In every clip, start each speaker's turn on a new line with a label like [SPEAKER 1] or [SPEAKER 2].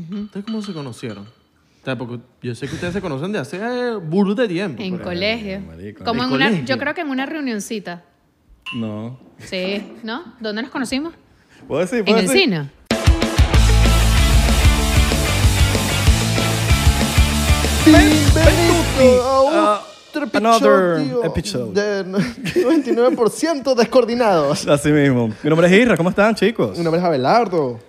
[SPEAKER 1] ¿Ustedes cómo se conocieron? O sea, porque yo sé que ustedes se conocen de hace eh, burro de tiempo.
[SPEAKER 2] En
[SPEAKER 3] pues.
[SPEAKER 1] pero-
[SPEAKER 2] colegio.
[SPEAKER 4] eh, marico.
[SPEAKER 2] Como
[SPEAKER 1] ¿En
[SPEAKER 2] en una,
[SPEAKER 1] colegio?
[SPEAKER 2] yo creo que en una reunioncita.
[SPEAKER 4] No.
[SPEAKER 2] Sí, ¿no? ¿Dónde nos conocimos?
[SPEAKER 4] ¿Puedo decir?
[SPEAKER 2] En
[SPEAKER 4] ¿Puedo
[SPEAKER 2] el
[SPEAKER 4] decir?
[SPEAKER 2] cine.
[SPEAKER 1] Bienvenido
[SPEAKER 4] Ah,
[SPEAKER 1] a otro
[SPEAKER 4] another
[SPEAKER 1] episodio
[SPEAKER 4] episode.
[SPEAKER 1] de 99% descoordinados.
[SPEAKER 4] Así mismo. Mi nombre es Isra, ¿cómo están, chicos?
[SPEAKER 1] Mi nombre es Abelardo.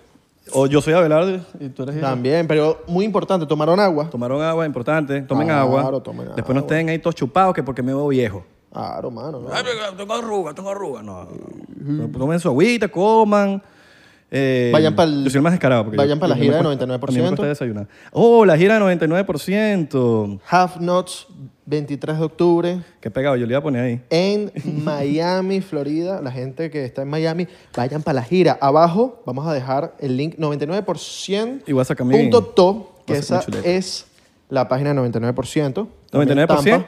[SPEAKER 4] O yo soy Abelardo y tú eres Isra.
[SPEAKER 1] También, pero muy importante, tomaron agua.
[SPEAKER 4] Tomaron agua, importante. Tomen
[SPEAKER 1] Claro,
[SPEAKER 4] agua.
[SPEAKER 1] tomen
[SPEAKER 4] Después
[SPEAKER 1] agua.
[SPEAKER 4] no estén ahí todos chupados que porque me veo viejo.
[SPEAKER 1] Claro, mano. ¿no?
[SPEAKER 4] Tengo arruga, tengo arruga. No, no. Tomen su agüita, coman. Eh,
[SPEAKER 1] Vayan pa'l-
[SPEAKER 4] Yo soy el más descarado. porque
[SPEAKER 1] vayan
[SPEAKER 4] yo-
[SPEAKER 1] pa' la
[SPEAKER 4] yo me
[SPEAKER 1] gira de
[SPEAKER 4] cuesta-
[SPEAKER 1] 99%.
[SPEAKER 4] A mí me cuesta desayunar. Oh, la gira de 99%.
[SPEAKER 1] Half Nuts, 23 de octubre.
[SPEAKER 4] Qué pegado, yo le iba a poner ahí.
[SPEAKER 1] En Miami, Florida, la gente que está en Miami, vayan para la gira. Abajo vamos a dejar el link 99%.
[SPEAKER 4] Y voy a sacar mi-
[SPEAKER 1] punto to, que
[SPEAKER 4] voy a sacar
[SPEAKER 1] esa
[SPEAKER 4] mi chuleta.
[SPEAKER 1] es la página 99%. También
[SPEAKER 4] 99%.
[SPEAKER 1] Tampa,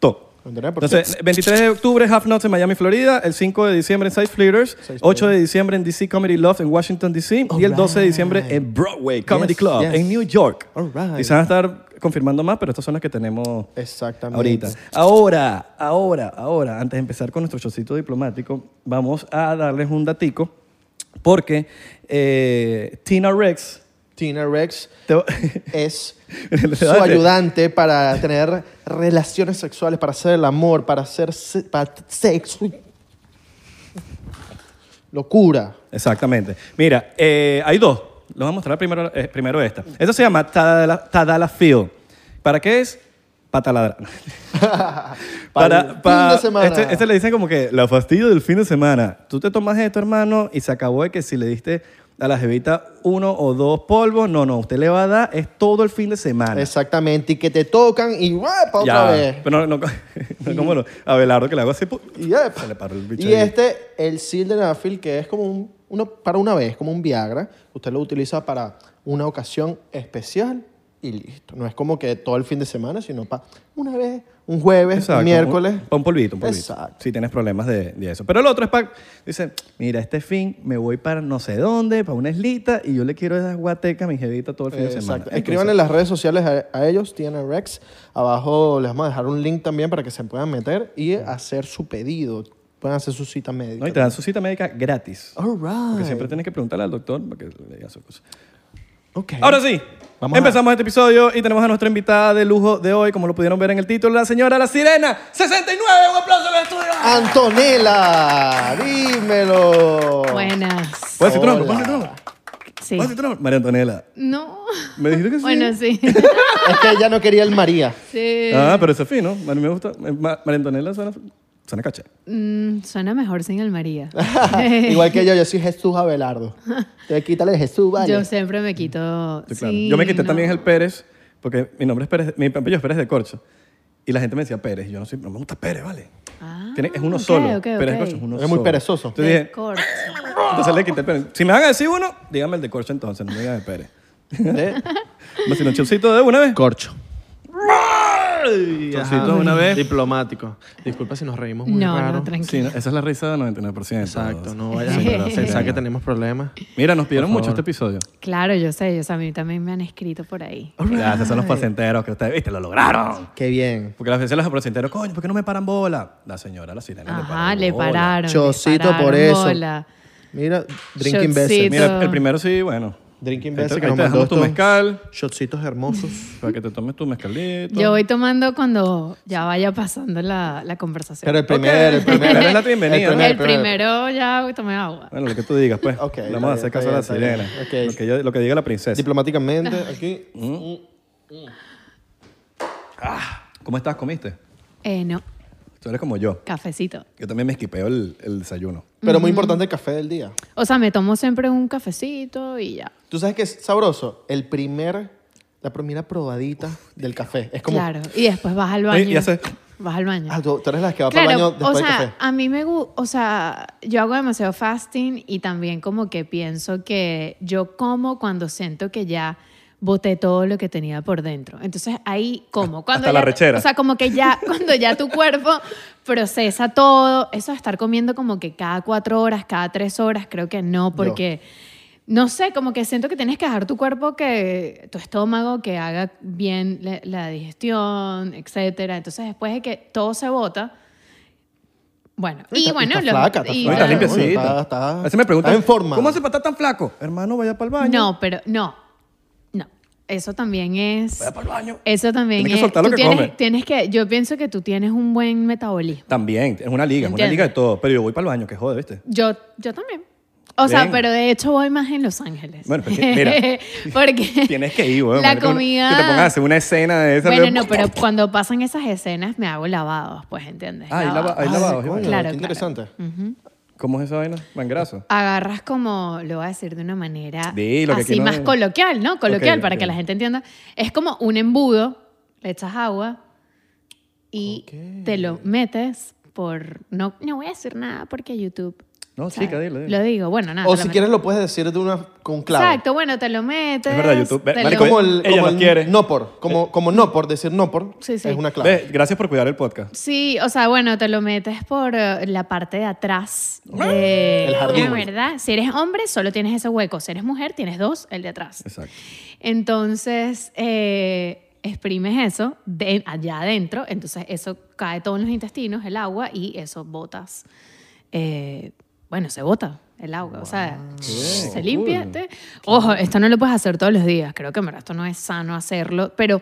[SPEAKER 4] Top.
[SPEAKER 1] 99%.
[SPEAKER 4] Entonces, 23 de octubre, Half Nuts en Miami, Florida. El 5 de diciembre en Side Fleeters. 8 de diciembre en DC Comedy Love en Washington, D.C. Y el 12 de diciembre en Broadway Comedy
[SPEAKER 1] Yes,
[SPEAKER 4] Club
[SPEAKER 1] yes.
[SPEAKER 4] en New York.
[SPEAKER 1] All right.
[SPEAKER 4] Y se van a estar confirmando más, pero estas son las que tenemos
[SPEAKER 1] Exactamente.
[SPEAKER 4] ahorita. Ahora, ahora, ahora, antes de empezar con nuestro chocito diplomático, vamos a darles un datico porque eh, Tina Rex...
[SPEAKER 1] Tina Rex
[SPEAKER 4] te-
[SPEAKER 1] es
[SPEAKER 4] Le
[SPEAKER 1] su
[SPEAKER 4] date.
[SPEAKER 1] ayudante para tener relaciones sexuales, para hacer el amor, para hacer se- para sexo. Locura.
[SPEAKER 4] Exactamente. Mira, eh, hay dos. Les voy a mostrar primero, eh, primero esta. Esta se llama Tadala, Tadala Field. ¿Para qué es? Para taladrar.
[SPEAKER 1] Para el fin
[SPEAKER 4] pa-
[SPEAKER 1] de semana.
[SPEAKER 4] Este, este le dicen como que la fastidio del fin de semana. Tú te tomas esto, hermano, y se acabó de que si le diste a la jevita uno o dos polvos, no, no, usted le va a dar, es todo el fin de semana.
[SPEAKER 1] Exactamente. Y que te tocan y ¡wepa! otra
[SPEAKER 4] Ya.
[SPEAKER 1] vez.
[SPEAKER 4] Pero no, no, no como lo, a Belardo que le hago así. pu-
[SPEAKER 1] Y, ep.
[SPEAKER 4] Se le paró el bicho
[SPEAKER 1] Y
[SPEAKER 4] ahí.
[SPEAKER 1] este, el sildenafil, que es como un, uno para una vez, como un Viagra. Usted lo utiliza para una ocasión especial y listo. No es como que todo el fin de semana, sino para una vez, un jueves,
[SPEAKER 4] Exacto,
[SPEAKER 1] un miércoles.
[SPEAKER 4] Un, un polvito, un polvito.
[SPEAKER 1] Exacto.
[SPEAKER 4] Si tienes problemas de, de eso. Pero el otro es para. Dice, mira, este fin me voy para no sé dónde, para una islita, y yo le quiero esas guatecas a mi jevita todo el fin de semana.
[SPEAKER 1] Eh, Exacto. Escriban en las redes sociales a, a ellos, Tiana Rex. Abajo les vamos a dejar un link también para que se puedan meter y hacer su pedido. Pueden hacer su cita Oh, médica.
[SPEAKER 4] No, y te dan su cita médica gratis.
[SPEAKER 1] All
[SPEAKER 4] Porque
[SPEAKER 1] right.
[SPEAKER 4] siempre tienes que preguntarle al doctor para que le diga su cosa.
[SPEAKER 1] Ok.
[SPEAKER 4] Ahora sí.
[SPEAKER 1] Eh, Vamos a-
[SPEAKER 4] Empezamos este episodio y tenemos a nuestra invitada de lujo de hoy, como lo pudieron ver en el título, la señora La Sirena, 69. Un aplauso para el estudio.
[SPEAKER 1] Ah, Antonella, dímelo.
[SPEAKER 2] Buenas.
[SPEAKER 4] ¿Puedes decir tu nombre? ¿Puedes
[SPEAKER 1] Hola.
[SPEAKER 4] decir tu nombre?
[SPEAKER 2] Sí.
[SPEAKER 4] ¿Puedes decir tu nombre? María Antonella.
[SPEAKER 2] No.
[SPEAKER 4] ¿Me dijiste que sí?
[SPEAKER 2] Bueno, sí.
[SPEAKER 1] Es que ella no quería el María.
[SPEAKER 2] Sí.
[SPEAKER 4] Ah, pero ese es fino. A mí me gusta. eh, Ma- María Antonella suena, suena caché.
[SPEAKER 2] Mm, suena mejor sin el María.
[SPEAKER 1] Igual que yo, yo soy Jesús Abelardo. Te quítale Jesús, vale.
[SPEAKER 2] Yo siempre me quito.
[SPEAKER 4] Sí, claro.
[SPEAKER 2] sí,
[SPEAKER 4] yo me quité
[SPEAKER 2] no.
[SPEAKER 4] también el Pérez, porque mi nombre es Pérez, mi apellido es Pérez de Corcho. Y la gente me decía Pérez, y yo no, soy, no me gusta Pérez, ¿vale?
[SPEAKER 2] Ah,
[SPEAKER 4] Tiene- es uno
[SPEAKER 2] ok,
[SPEAKER 4] solo.
[SPEAKER 2] ok,
[SPEAKER 4] Pérez
[SPEAKER 2] ok.
[SPEAKER 4] de Corcho es uno
[SPEAKER 1] Eres muy
[SPEAKER 4] solo.
[SPEAKER 1] perezoso.
[SPEAKER 4] Entonces,
[SPEAKER 2] De
[SPEAKER 4] dije, "Ah,
[SPEAKER 2] corcho.
[SPEAKER 4] entonces le quité el Pérez. Si me van a decir uno, dígame el de Corcho entonces, no me digan el Pérez.
[SPEAKER 1] ¿Eh?
[SPEAKER 4] Me hacen un chilcito de una vez.
[SPEAKER 1] Corcho.
[SPEAKER 4] Chilcito de una vez.
[SPEAKER 1] Diplomático. Disculpa si nos reímos muy
[SPEAKER 2] No,
[SPEAKER 1] raro.
[SPEAKER 2] no,
[SPEAKER 4] Sí,
[SPEAKER 2] tranquilo.
[SPEAKER 4] no, esa es la risa del 99%.
[SPEAKER 1] Exacto, no
[SPEAKER 4] Sí,
[SPEAKER 1] vayas a
[SPEAKER 4] pero sí,
[SPEAKER 1] pensar
[SPEAKER 4] no.
[SPEAKER 1] que tenemos problemas.
[SPEAKER 4] Mira, nos pidieron mucho este episodio.
[SPEAKER 2] Claro, yo sé, yo sé, a mí también me han escrito por ahí.
[SPEAKER 4] Gracias, son los pacienteros que ustedes, viste, lo lograron.
[SPEAKER 1] Qué bien.
[SPEAKER 4] Porque las veces los pacienteros, coño, ¿por qué no me paran bola? La señora, la sirena. le
[SPEAKER 2] Ajá,
[SPEAKER 4] paró
[SPEAKER 2] le
[SPEAKER 4] bola.
[SPEAKER 2] pararon. le
[SPEAKER 1] Chocito
[SPEAKER 2] pararon
[SPEAKER 1] por eso.
[SPEAKER 2] bola.
[SPEAKER 1] Mira, Drinking
[SPEAKER 2] Shotcito.
[SPEAKER 1] Besser.
[SPEAKER 4] Pues Mira, el primero sí, bueno.
[SPEAKER 1] Drinking
[SPEAKER 4] Ahí te-
[SPEAKER 1] Besser que
[SPEAKER 4] ahí
[SPEAKER 1] nos
[SPEAKER 4] te
[SPEAKER 1] mandó
[SPEAKER 4] dejamos tu
[SPEAKER 1] estos
[SPEAKER 4] mezcal
[SPEAKER 1] Shotcitos hermosos.
[SPEAKER 4] para que te tomes tu mezcalito.
[SPEAKER 2] Yo voy tomando cuando ya vaya pasando la, la conversación.
[SPEAKER 1] Pero el primero, el primero.
[SPEAKER 4] Pero es la bienvenida,
[SPEAKER 1] El
[SPEAKER 4] ¿no?
[SPEAKER 1] primer,
[SPEAKER 2] el primero ya tomé agua.
[SPEAKER 4] Bueno, lo que tú digas, pues.
[SPEAKER 1] Ok,
[SPEAKER 4] Le
[SPEAKER 1] está
[SPEAKER 4] vamos a hacer
[SPEAKER 1] bien,
[SPEAKER 4] caso a la
[SPEAKER 1] está bien,
[SPEAKER 4] sirena.
[SPEAKER 1] está bien. Ok.
[SPEAKER 4] Lo, que ella- lo que diga la princesa.
[SPEAKER 1] Diplomáticamente, aquí.
[SPEAKER 4] ¿Cómo estás? ¿Comiste?
[SPEAKER 2] Eh, no,
[SPEAKER 4] Tú eres como yo.
[SPEAKER 2] cafecito.
[SPEAKER 4] Yo también me esquipeo el, el desayuno.
[SPEAKER 1] Pero muy importante el café del día.
[SPEAKER 2] O sea, me tomo siempre un cafecito y ya.
[SPEAKER 1] ¿Tú sabes qué es sabroso? El primer, la primera probadita del café. Es como,
[SPEAKER 2] Claro. Y después vas al baño.
[SPEAKER 4] Oye, Eh, ya sé.
[SPEAKER 2] Vas al baño.
[SPEAKER 1] ah, tú, tú eres la que va para el
[SPEAKER 2] Claro,
[SPEAKER 1] baño después
[SPEAKER 2] o sea,
[SPEAKER 1] del café.
[SPEAKER 2] a mí me gusta, o sea, yo hago demasiado fasting y también como que pienso que yo como cuando siento que ya boté todo lo que tenía por dentro. Entonces ahí como cuando
[SPEAKER 4] hasta la
[SPEAKER 2] ya-
[SPEAKER 4] rechera.
[SPEAKER 2] O sea, como que ya cuando ya tu cuerpo procesa todo, eso de estar comiendo como que cada cuatro horas, cada tres horas, creo que no, porque No sé, como que siento que tienes que dejar tu cuerpo que tu estómago que haga bien la, la digestión, etcétera. Entonces después de que todo se bota, bueno, y,
[SPEAKER 1] está-
[SPEAKER 2] bueno,
[SPEAKER 1] está
[SPEAKER 2] lo-
[SPEAKER 1] flaca, está
[SPEAKER 2] y-
[SPEAKER 1] flaca,
[SPEAKER 4] está
[SPEAKER 1] Claro,
[SPEAKER 4] limpiecita.
[SPEAKER 1] está- está-
[SPEAKER 4] Así me preguntan,
[SPEAKER 1] está en forma.
[SPEAKER 4] ¿Cómo hace para estar tan flaco? Hermano, vaya para el baño.
[SPEAKER 2] No, pero no. No. Eso también es
[SPEAKER 4] Vaya para el baño.
[SPEAKER 2] Eso también
[SPEAKER 4] Tienes que
[SPEAKER 2] es-
[SPEAKER 4] soltar lo
[SPEAKER 2] tú
[SPEAKER 4] que
[SPEAKER 2] tienes,
[SPEAKER 4] comes.
[SPEAKER 2] tienes que yo pienso que tú tienes un buen metabolismo.
[SPEAKER 4] También, es una liga, es una
[SPEAKER 2] Entiendo.
[SPEAKER 4] liga de todo. Pero yo voy para el baño, que jode, ¿viste?
[SPEAKER 2] Yo, yo también. O sea,
[SPEAKER 4] Bien.
[SPEAKER 2] pero de hecho voy más en Los Ángeles.
[SPEAKER 4] Bueno, pero es que, mira,
[SPEAKER 2] Porque
[SPEAKER 4] Tienes que ir, weón.
[SPEAKER 2] La
[SPEAKER 4] Imagínate una-
[SPEAKER 2] comida.
[SPEAKER 4] Que te pongas a hacer una escena de esa.
[SPEAKER 2] Bueno,
[SPEAKER 4] de-
[SPEAKER 2] no, pero cuando pasan esas escenas me hago lavados, pues, ¿entiendes?
[SPEAKER 4] Ah, hay lava- hay
[SPEAKER 1] Ah,
[SPEAKER 4] lavado,
[SPEAKER 1] coño,
[SPEAKER 4] Iván.
[SPEAKER 1] qué
[SPEAKER 2] Claro, claro.
[SPEAKER 1] interesante.
[SPEAKER 4] ¿Cómo es esa vaina? Mangraso.
[SPEAKER 2] Agarras como, lo voy a decir de una manera
[SPEAKER 4] Dilo, que aquí
[SPEAKER 2] así
[SPEAKER 4] no-
[SPEAKER 2] más coloquial, ¿no? Coloquial,
[SPEAKER 4] Ok,
[SPEAKER 2] para
[SPEAKER 4] ok.
[SPEAKER 2] que la gente entienda. Es como un embudo, le echas agua y
[SPEAKER 1] Ok.
[SPEAKER 2] te lo metes por... No, no voy a decir nada porque YouTube...
[SPEAKER 4] No,
[SPEAKER 2] ¿sabes?
[SPEAKER 4] chica, dile, dile.
[SPEAKER 2] Lo digo, bueno, nada. te
[SPEAKER 1] O
[SPEAKER 2] lo
[SPEAKER 1] si
[SPEAKER 2] metes.
[SPEAKER 1] quieres lo puedes decir de una con clave.
[SPEAKER 2] Exacto, bueno, te lo metes.
[SPEAKER 4] Es verdad, YouTube. Ve-
[SPEAKER 2] te
[SPEAKER 4] Marico,
[SPEAKER 2] lo-
[SPEAKER 1] Como el,
[SPEAKER 4] Ella
[SPEAKER 1] como
[SPEAKER 4] nos
[SPEAKER 1] el
[SPEAKER 4] quiere. Eh.
[SPEAKER 1] no por, como, como no por, decir no por,
[SPEAKER 2] Sí, sí.
[SPEAKER 1] es una clave.
[SPEAKER 4] Ve, Gracias por cuidar el podcast.
[SPEAKER 2] Sí, o sea, bueno, te lo metes por eh, la parte de atrás. De,
[SPEAKER 1] El jardín.
[SPEAKER 2] La verdad, si eres hombre, solo tienes ese hueco. Si eres mujer, tienes dos, el de atrás.
[SPEAKER 4] Exacto.
[SPEAKER 2] Entonces, eh, exprimes eso de, allá adentro. Entonces, eso cae todo en los intestinos, el agua, y eso botas. eh, bueno, se bota el agua. O sea, se limpia.
[SPEAKER 4] cool.
[SPEAKER 2] te- Ojo, esto no lo puedes hacer todos los días. Creo que en verdad esto no es sano hacerlo, pero...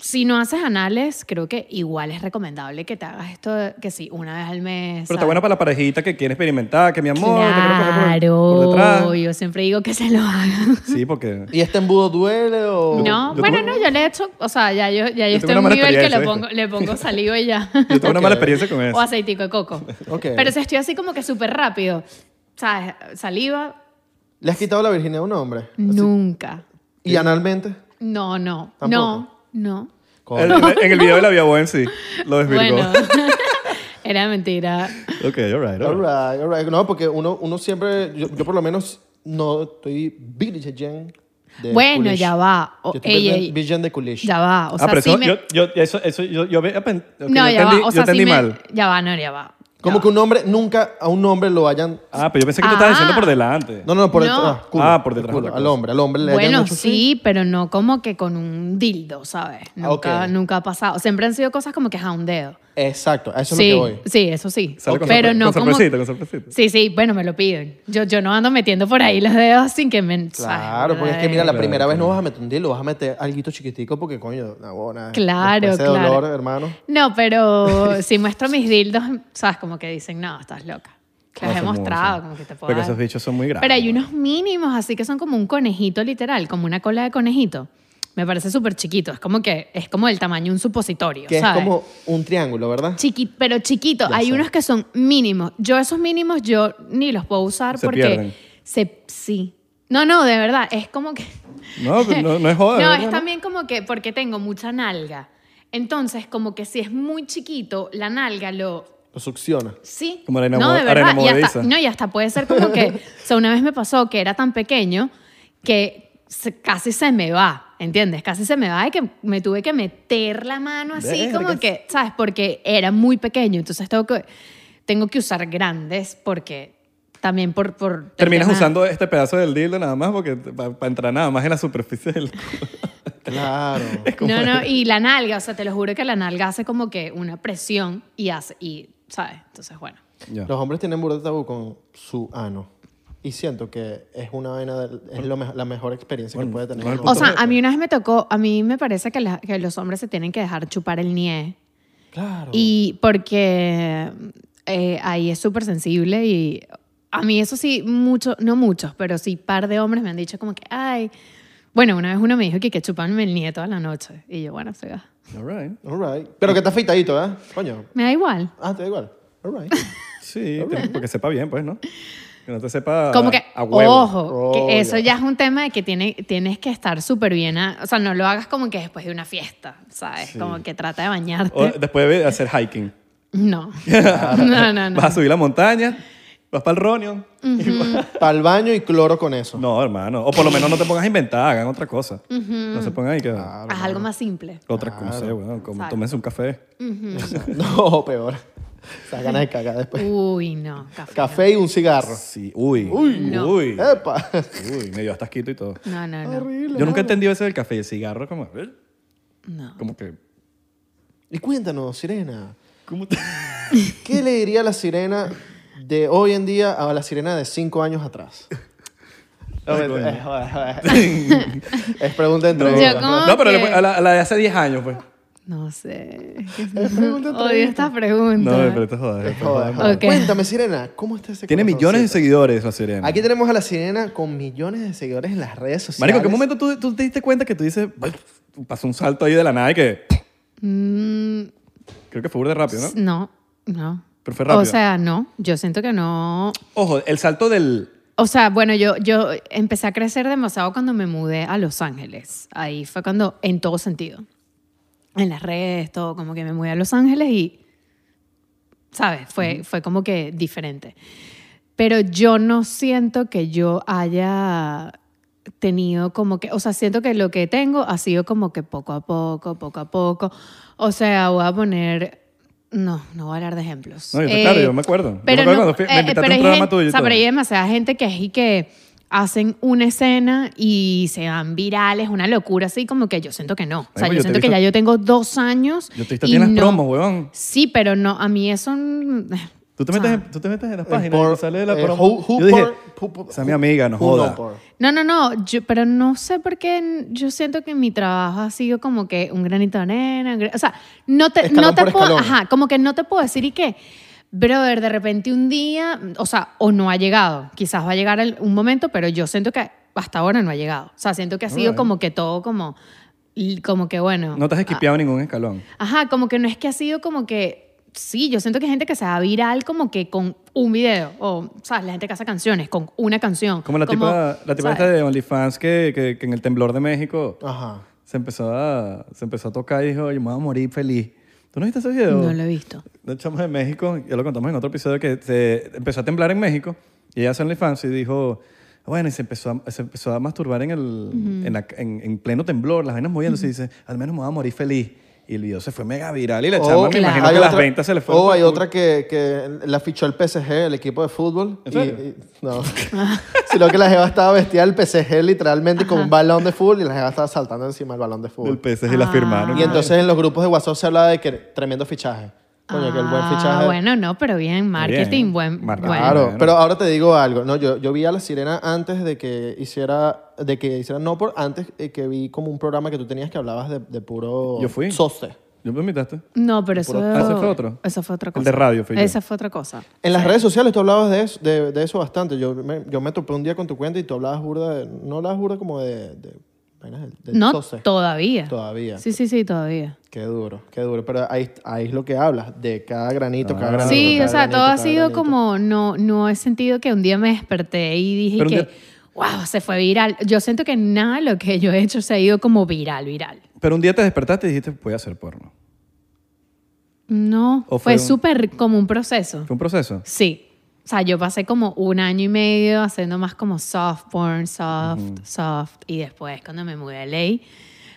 [SPEAKER 2] Si no haces anales, creo que igual es recomendable que te hagas esto, de- que sí, una vez al mes.
[SPEAKER 4] Pero está
[SPEAKER 2] ¿sabes?
[SPEAKER 4] buena para la parejita que quiere experimentar, que mi amor, te quiero coger por-
[SPEAKER 2] Claro,
[SPEAKER 4] por detrás.
[SPEAKER 2] yo siempre digo que se lo hagan.
[SPEAKER 4] Sí, porque.
[SPEAKER 1] ¿Y este embudo duele o...?
[SPEAKER 2] No,
[SPEAKER 4] yo
[SPEAKER 2] bueno,
[SPEAKER 4] tuve-
[SPEAKER 2] no, yo le he hecho, o sea, ya yo, ya yo,
[SPEAKER 4] Yo
[SPEAKER 2] estoy en
[SPEAKER 4] tuve una
[SPEAKER 2] un
[SPEAKER 4] mala
[SPEAKER 2] nivel que
[SPEAKER 4] experiencia,
[SPEAKER 2] le
[SPEAKER 4] ¿viste?
[SPEAKER 2] pongo, le pongo saliva y ya.
[SPEAKER 4] Yo tuve una
[SPEAKER 1] Ok.
[SPEAKER 4] mala experiencia con
[SPEAKER 2] o
[SPEAKER 4] eso.
[SPEAKER 2] aceitico de coco.
[SPEAKER 1] Ok.
[SPEAKER 2] Pero si estoy así como que súper rápido, ¿sabes? Saliva,
[SPEAKER 1] ¿Le has quitado la virginidad a un hombre?
[SPEAKER 2] Mm. nunca.
[SPEAKER 1] ¿Y analmente?
[SPEAKER 2] No, no,
[SPEAKER 1] Tampoco.
[SPEAKER 2] no, no.
[SPEAKER 4] El- en- en el video de la Via Boensi lo desvirgó.
[SPEAKER 2] Bueno, era mentira.
[SPEAKER 4] Ok, all right, all
[SPEAKER 1] All
[SPEAKER 4] right.
[SPEAKER 1] right, all right. No, porque uno, uno siempre, yo, yo por lo menos no estoy virgen de
[SPEAKER 2] Bueno,
[SPEAKER 1] culish.
[SPEAKER 2] ya va. O-
[SPEAKER 1] Yo estoy
[SPEAKER 2] ey,
[SPEAKER 1] virgen-
[SPEAKER 2] ey.
[SPEAKER 1] virgen de culish.
[SPEAKER 2] Ya va, o
[SPEAKER 4] Ah,
[SPEAKER 2] sea,
[SPEAKER 4] pero
[SPEAKER 2] sí
[SPEAKER 4] eso,
[SPEAKER 2] me...
[SPEAKER 4] yo, yo, eso, eso, yo, yo, ve- apen- ok,
[SPEAKER 2] no,
[SPEAKER 4] yo
[SPEAKER 2] ya
[SPEAKER 4] entendí,
[SPEAKER 2] va, o
[SPEAKER 4] yo
[SPEAKER 2] sea, sí
[SPEAKER 4] entendí
[SPEAKER 2] me...
[SPEAKER 4] mal.
[SPEAKER 2] Ya va, no, ya va.
[SPEAKER 1] Como que un hombre, nunca a un hombre lo hayan...
[SPEAKER 4] Ah, pero yo pensé que tú estabas
[SPEAKER 2] Ah.
[SPEAKER 4] diciendo por delante.
[SPEAKER 1] No, no, no, por
[SPEAKER 2] No.
[SPEAKER 1] detrás. culo,
[SPEAKER 4] Ah, por detrás,
[SPEAKER 1] culo,
[SPEAKER 4] otra
[SPEAKER 1] al
[SPEAKER 4] cosa.
[SPEAKER 1] hombre, al hombre le hayan
[SPEAKER 2] Bueno,
[SPEAKER 1] hecho
[SPEAKER 2] sí,
[SPEAKER 1] así.
[SPEAKER 2] pero no como que con un dildo, ¿sabes?
[SPEAKER 1] Ah,
[SPEAKER 2] Nunca,
[SPEAKER 1] ok.
[SPEAKER 2] nunca ha pasado. Siempre han sido cosas como que a un dedo.
[SPEAKER 1] Exacto, a eso es
[SPEAKER 2] sí,
[SPEAKER 1] lo que voy.
[SPEAKER 2] sí, eso sí.
[SPEAKER 4] Sale con
[SPEAKER 2] Pero
[SPEAKER 4] sorpre-
[SPEAKER 2] no
[SPEAKER 4] con
[SPEAKER 2] como...
[SPEAKER 4] sorpresita, con sorpresita.
[SPEAKER 2] Sí, sí, bueno, me lo piden. Yo, yo no ando metiendo por ahí los dedos sin que me...
[SPEAKER 1] Claro, porque es que mira, la
[SPEAKER 4] Claro,
[SPEAKER 1] primera vez no
[SPEAKER 4] claro.
[SPEAKER 1] vas a meter un dedo, vas a meter algo chiquitico porque coño, la buena.
[SPEAKER 2] Claro,
[SPEAKER 1] después ese
[SPEAKER 2] claro.
[SPEAKER 1] dolor, hermano.
[SPEAKER 2] No, pero si muestro mis dildos, ¿sabes? Como que dicen, no, estás loca. Que
[SPEAKER 4] No,
[SPEAKER 2] Los he
[SPEAKER 4] son muy-
[SPEAKER 2] mostrado,
[SPEAKER 4] son-
[SPEAKER 2] como que te puedo
[SPEAKER 4] Porque
[SPEAKER 2] dar.
[SPEAKER 4] esos bichos son muy grandes.
[SPEAKER 2] Pero hay unos mínimos, así que son como un conejito literal, como una cola de conejito. Me parece súper chiquito. Es como que es como el tamaño de un supositorio,
[SPEAKER 1] Que
[SPEAKER 2] ¿sabes?
[SPEAKER 1] es como un triángulo, ¿verdad?
[SPEAKER 2] Chiqui- pero chiquito.
[SPEAKER 1] Ya
[SPEAKER 2] hay
[SPEAKER 1] sé.
[SPEAKER 2] unos que son mínimos. Yo esos mínimos yo ni los puedo usar
[SPEAKER 4] Se
[SPEAKER 2] porque
[SPEAKER 4] pierden.
[SPEAKER 2] se sí. No, no, de verdad, es como que
[SPEAKER 4] No, pero no, no es joda.
[SPEAKER 2] No,
[SPEAKER 4] Oh, ¿verdad?
[SPEAKER 2] es también como que porque tengo mucha nalga. Entonces, como que si es muy chiquito, la nalga lo
[SPEAKER 1] Lo succiona.
[SPEAKER 2] Sí.
[SPEAKER 4] Como arena
[SPEAKER 2] no,
[SPEAKER 4] mo-
[SPEAKER 2] de
[SPEAKER 4] arena
[SPEAKER 2] verdad. Y
[SPEAKER 4] movediza.
[SPEAKER 2] hasta, no, y hasta puede ser como que, o sea, una vez me pasó que era tan pequeño que se- casi se me va, ¿entiendes? Casi se me va y que me tuve que meter la mano así,
[SPEAKER 4] Vergas.
[SPEAKER 2] como que, ¿sabes? Porque era muy pequeño, entonces tengo que, tengo que usar grandes porque también por... por
[SPEAKER 4] Terminas
[SPEAKER 2] el tema-
[SPEAKER 4] usando este pedazo del dildo nada más porque para entrar nada más en la superficie del
[SPEAKER 1] Claro.
[SPEAKER 2] No, no, y la nalga, o sea, te lo juro que la nalga hace como que una presión y hace, y, ¿sabes? Entonces, bueno.
[SPEAKER 4] Ya.
[SPEAKER 1] Los hombres tienen burda de tabú con su ano. Y siento que es una vaina, de- es lo me- la mejor experiencia que puede tener.
[SPEAKER 4] bueno,
[SPEAKER 1] un
[SPEAKER 2] O
[SPEAKER 1] hombre.
[SPEAKER 2] sea, a mí una vez me tocó, a mí me parece que, la- que los hombres se tienen que dejar chupar el nie.
[SPEAKER 1] Claro.
[SPEAKER 2] Y porque eh, ahí es súper sensible y a mí eso sí, mucho, no muchos, pero sí par de hombres me han dicho como que, ay, bueno, una vez uno me dijo que que chuparme el nie toda la noche. Y yo, bueno, se va.
[SPEAKER 4] All right.
[SPEAKER 1] All right. Pero que está afeitadito, ¿eh? Coño.
[SPEAKER 2] Me da igual.
[SPEAKER 1] Ah, te da igual. All right.
[SPEAKER 4] Sí, tiene- porque sepa bien, pues, ¿no? Que no te sepa
[SPEAKER 2] Como que,
[SPEAKER 4] Ah, a huevo.
[SPEAKER 2] ojo,
[SPEAKER 1] Oh,
[SPEAKER 2] que eso
[SPEAKER 1] ya.
[SPEAKER 2] ya es un tema de que tiene, tienes que estar súper bien. a- o sea, no lo hagas como que después de una fiesta, ¿sabes? Como que trata de bañarte.
[SPEAKER 4] O después de hacer hiking.
[SPEAKER 2] No. no, Ah, no, no.
[SPEAKER 4] Vas a subir la montaña, vas para el Ronion.
[SPEAKER 1] Para el baño y cloro con eso.
[SPEAKER 4] No, hermano. O por lo menos no te pongas a inventar, hagan otra cosa. No se pongan ahí que...
[SPEAKER 2] Haz algo más simple.
[SPEAKER 4] Otra cosa, no sé, weón. como
[SPEAKER 2] Exacto.
[SPEAKER 4] Tómense un café.
[SPEAKER 1] No, peor. Esas ganas de cagar después.
[SPEAKER 2] Uy, no. Café.
[SPEAKER 1] Café y un cigarro.
[SPEAKER 4] Sí, uy.
[SPEAKER 1] Uy.
[SPEAKER 2] No.
[SPEAKER 4] Uy.
[SPEAKER 1] ¡Epa!
[SPEAKER 4] Uy, me dio hasta asquito y todo.
[SPEAKER 2] No, no, no.
[SPEAKER 1] Horrible.
[SPEAKER 4] Yo nunca he
[SPEAKER 1] mano.
[SPEAKER 4] entendido eso del café y el cigarro, como, ¿eh?
[SPEAKER 2] No.
[SPEAKER 4] como que...
[SPEAKER 1] Y cuéntanos, Sirena,
[SPEAKER 4] ¿cómo te-
[SPEAKER 1] ¿qué le diría la Sirena de hoy en día a la Sirena de cinco años atrás?
[SPEAKER 4] Ay, coño.
[SPEAKER 1] Eh, joder, joder. es pregunta entre
[SPEAKER 2] Yo
[SPEAKER 1] ellas.
[SPEAKER 2] como
[SPEAKER 4] No, pero le-
[SPEAKER 2] que-
[SPEAKER 4] a la, a la de hace 10 años, pues.
[SPEAKER 2] No sé.
[SPEAKER 1] pregunta
[SPEAKER 2] Odio esta pregunta.
[SPEAKER 4] No, pero esto es joda, esto es joda.
[SPEAKER 1] Joder, joder.
[SPEAKER 2] Ok.
[SPEAKER 1] Cuéntame, Sirena, ¿cómo está ese
[SPEAKER 4] Tiene
[SPEAKER 1] corazoncito?
[SPEAKER 4] millones de seguidores la sirena.
[SPEAKER 1] Aquí tenemos a la Sirena con millones de seguidores en las redes sociales.
[SPEAKER 4] Marico, ¿qué momento tú, tú te diste cuenta que tú dices, "Ay, pasó un salto ahí de la nada y que
[SPEAKER 2] Mm,
[SPEAKER 4] creo que fue burda de rápido, ¿no?
[SPEAKER 2] no, no.
[SPEAKER 4] Pero fue rápido.
[SPEAKER 2] O sea, no. Yo siento que no.
[SPEAKER 4] Ojo, el salto del...
[SPEAKER 2] O sea, bueno, yo, yo empecé a crecer demasiado cuando me mudé a Los Ángeles. Ahí fue cuando, en todo sentido. En las redes, todo, como que me mudé a Los Ángeles y, ¿sabes? Fue, fue como que diferente. Pero yo no siento que yo haya tenido como que, o sea, siento que lo que tengo ha sido como que poco a poco, poco a poco. O sea, voy a poner... No, no voy a hablar de ejemplos.
[SPEAKER 4] No, yo- claro, yo me acuerdo. Yo me
[SPEAKER 2] Pero
[SPEAKER 4] acuerdo
[SPEAKER 2] no,
[SPEAKER 4] cuando fui- me
[SPEAKER 2] eh,
[SPEAKER 4] invitaste a
[SPEAKER 2] pero
[SPEAKER 4] un
[SPEAKER 2] hay
[SPEAKER 4] programa
[SPEAKER 2] gente-
[SPEAKER 4] tuyo y
[SPEAKER 2] o sea,
[SPEAKER 4] todo.
[SPEAKER 2] pero hay demasiada gente que es y que hacen una escena y se van virales, una locura así, como que yo siento que no. O sea, yo,
[SPEAKER 4] Marico, yo te he
[SPEAKER 2] siento que
[SPEAKER 4] visto-
[SPEAKER 2] ya yo tengo dos años.
[SPEAKER 4] Yo te
[SPEAKER 2] y
[SPEAKER 4] en las
[SPEAKER 2] no-
[SPEAKER 4] promos, weón.
[SPEAKER 2] Sí, pero no, a mí eso. mm,
[SPEAKER 4] Tú te,
[SPEAKER 2] o sea,
[SPEAKER 4] metes en, tú te metes en las
[SPEAKER 1] En
[SPEAKER 4] páginas
[SPEAKER 1] por-
[SPEAKER 4] y sale de la
[SPEAKER 1] eh,
[SPEAKER 4] promo.
[SPEAKER 1] who- who
[SPEAKER 4] yo dije,
[SPEAKER 1] por- who-
[SPEAKER 4] esa es mi amiga, no
[SPEAKER 1] who
[SPEAKER 4] joda.
[SPEAKER 1] por.
[SPEAKER 2] No, no, no, yo- pero no sé por qué n- yo siento que mi trabajo ha sido como que un granito de arena, un gra- o sea, no te,
[SPEAKER 1] Escalón
[SPEAKER 2] no te
[SPEAKER 1] por
[SPEAKER 2] puedo,
[SPEAKER 1] escalón.
[SPEAKER 2] ajá, como que no te puedo decir y qué, brother, de repente un día, o sea, o no ha llegado, quizás va a llegar el- un momento, pero yo siento que hasta ahora no ha llegado, o sea, siento que ha sido
[SPEAKER 4] Alright.
[SPEAKER 2] como que todo como, y como que bueno.
[SPEAKER 4] No te has
[SPEAKER 2] ah,
[SPEAKER 4] esquipeado ningún escalón.
[SPEAKER 2] Ajá, como que no es que ha sido como que. Sí, yo siento que hay gente que se va viral como que con un video. O, ¿sabes? La gente que hace canciones con una canción.
[SPEAKER 4] Como la tipa, la tipa
[SPEAKER 2] ¿sabes?
[SPEAKER 4] esta de OnlyFans que, que, que en el temblor de México
[SPEAKER 1] Ajá.
[SPEAKER 4] se empezó a, se empezó a tocar y dijo, yo me voy a morir feliz. ¿Tú no viste ese video?
[SPEAKER 2] No lo he visto.
[SPEAKER 4] De chamos de México, ya lo contamos en otro episodio, que se empezó a temblar en México y ella hace OnlyFans y dijo, bueno, y se empezó a, se empezó a masturbar en, el, en, la- en- en pleno temblor, las venas moviéndose y dice, al menos me voy a morir feliz. Y el video se fue mega viral y la chama me
[SPEAKER 2] claro.
[SPEAKER 4] imagino
[SPEAKER 1] Oh, hay
[SPEAKER 4] que las
[SPEAKER 1] otra-
[SPEAKER 4] ventas se le fueron.
[SPEAKER 1] O hay
[SPEAKER 4] por-
[SPEAKER 1] otra que, que la fichó el PSG, el equipo de fútbol.
[SPEAKER 4] ¿En
[SPEAKER 1] y-
[SPEAKER 4] serio?
[SPEAKER 1] y- no. Sino que la jeva estaba vestida del PSG literalmente con un balón de fútbol y la jeva estaba saltando encima del balón de
[SPEAKER 4] del
[SPEAKER 1] fútbol.
[SPEAKER 4] PSG y la firmaron.
[SPEAKER 1] Y entonces en los grupos de WhatsApp se hablaba de que tremendo fichaje. Coño, que el buen
[SPEAKER 2] Ah,
[SPEAKER 1] fichaje.
[SPEAKER 2] Bueno, no, pero bien, marketing,
[SPEAKER 4] Bien,
[SPEAKER 2] buen.
[SPEAKER 4] mar-
[SPEAKER 2] bueno.
[SPEAKER 1] Claro,
[SPEAKER 4] bueno.
[SPEAKER 1] pero ahora te digo algo. No, yo, yo vi a la sirena antes de que hiciera, de que hiciera No por antes eh, que vi como un programa que tú tenías que hablabas de, de puro
[SPEAKER 4] Yo fui.
[SPEAKER 1] soce.
[SPEAKER 4] ¿Yo me invitaste?
[SPEAKER 2] No, pero eso.
[SPEAKER 1] Puro-
[SPEAKER 4] Ah, ¿ese fue otro?
[SPEAKER 2] Eso fue otra
[SPEAKER 4] El
[SPEAKER 2] cosa.
[SPEAKER 4] de radio fui yo.
[SPEAKER 2] Esa fue otra cosa.
[SPEAKER 1] En las redes sociales tú hablabas de eso, de, de eso bastante. Yo me, yo me topé un día con tu cuenta y tú hablabas burda, de- no hablabas burda como de, de, vainas del- del
[SPEAKER 2] No,
[SPEAKER 1] soce.
[SPEAKER 2] todavía.
[SPEAKER 1] Todavía.
[SPEAKER 2] Sí, sí, sí, todavía.
[SPEAKER 1] Qué duro, qué duro. Pero ahí, ahí es lo que hablas, de cada granito, cada
[SPEAKER 4] Ah.
[SPEAKER 1] granito.
[SPEAKER 2] Sí,
[SPEAKER 1] cada
[SPEAKER 2] o sea,
[SPEAKER 1] granito,
[SPEAKER 2] todo ha
[SPEAKER 1] cada
[SPEAKER 2] sido
[SPEAKER 1] granito.
[SPEAKER 2] como, no, no he sentido que un día me desperté y dije
[SPEAKER 4] Pero un
[SPEAKER 2] que,
[SPEAKER 4] día-
[SPEAKER 2] wow, se fue viral. Yo siento que nada de lo que yo he hecho se ha ido como viral, viral.
[SPEAKER 4] Pero un día te despertaste y dijiste, voy a hacer porno.
[SPEAKER 2] No,
[SPEAKER 4] ¿O
[SPEAKER 2] fue,
[SPEAKER 4] fue un-
[SPEAKER 2] súper como un proceso.
[SPEAKER 4] Fue un proceso.
[SPEAKER 2] Sí. O sea, yo pasé como un año y medio haciendo más como soft porn, soft, soft. Y después cuando me mudé a LA,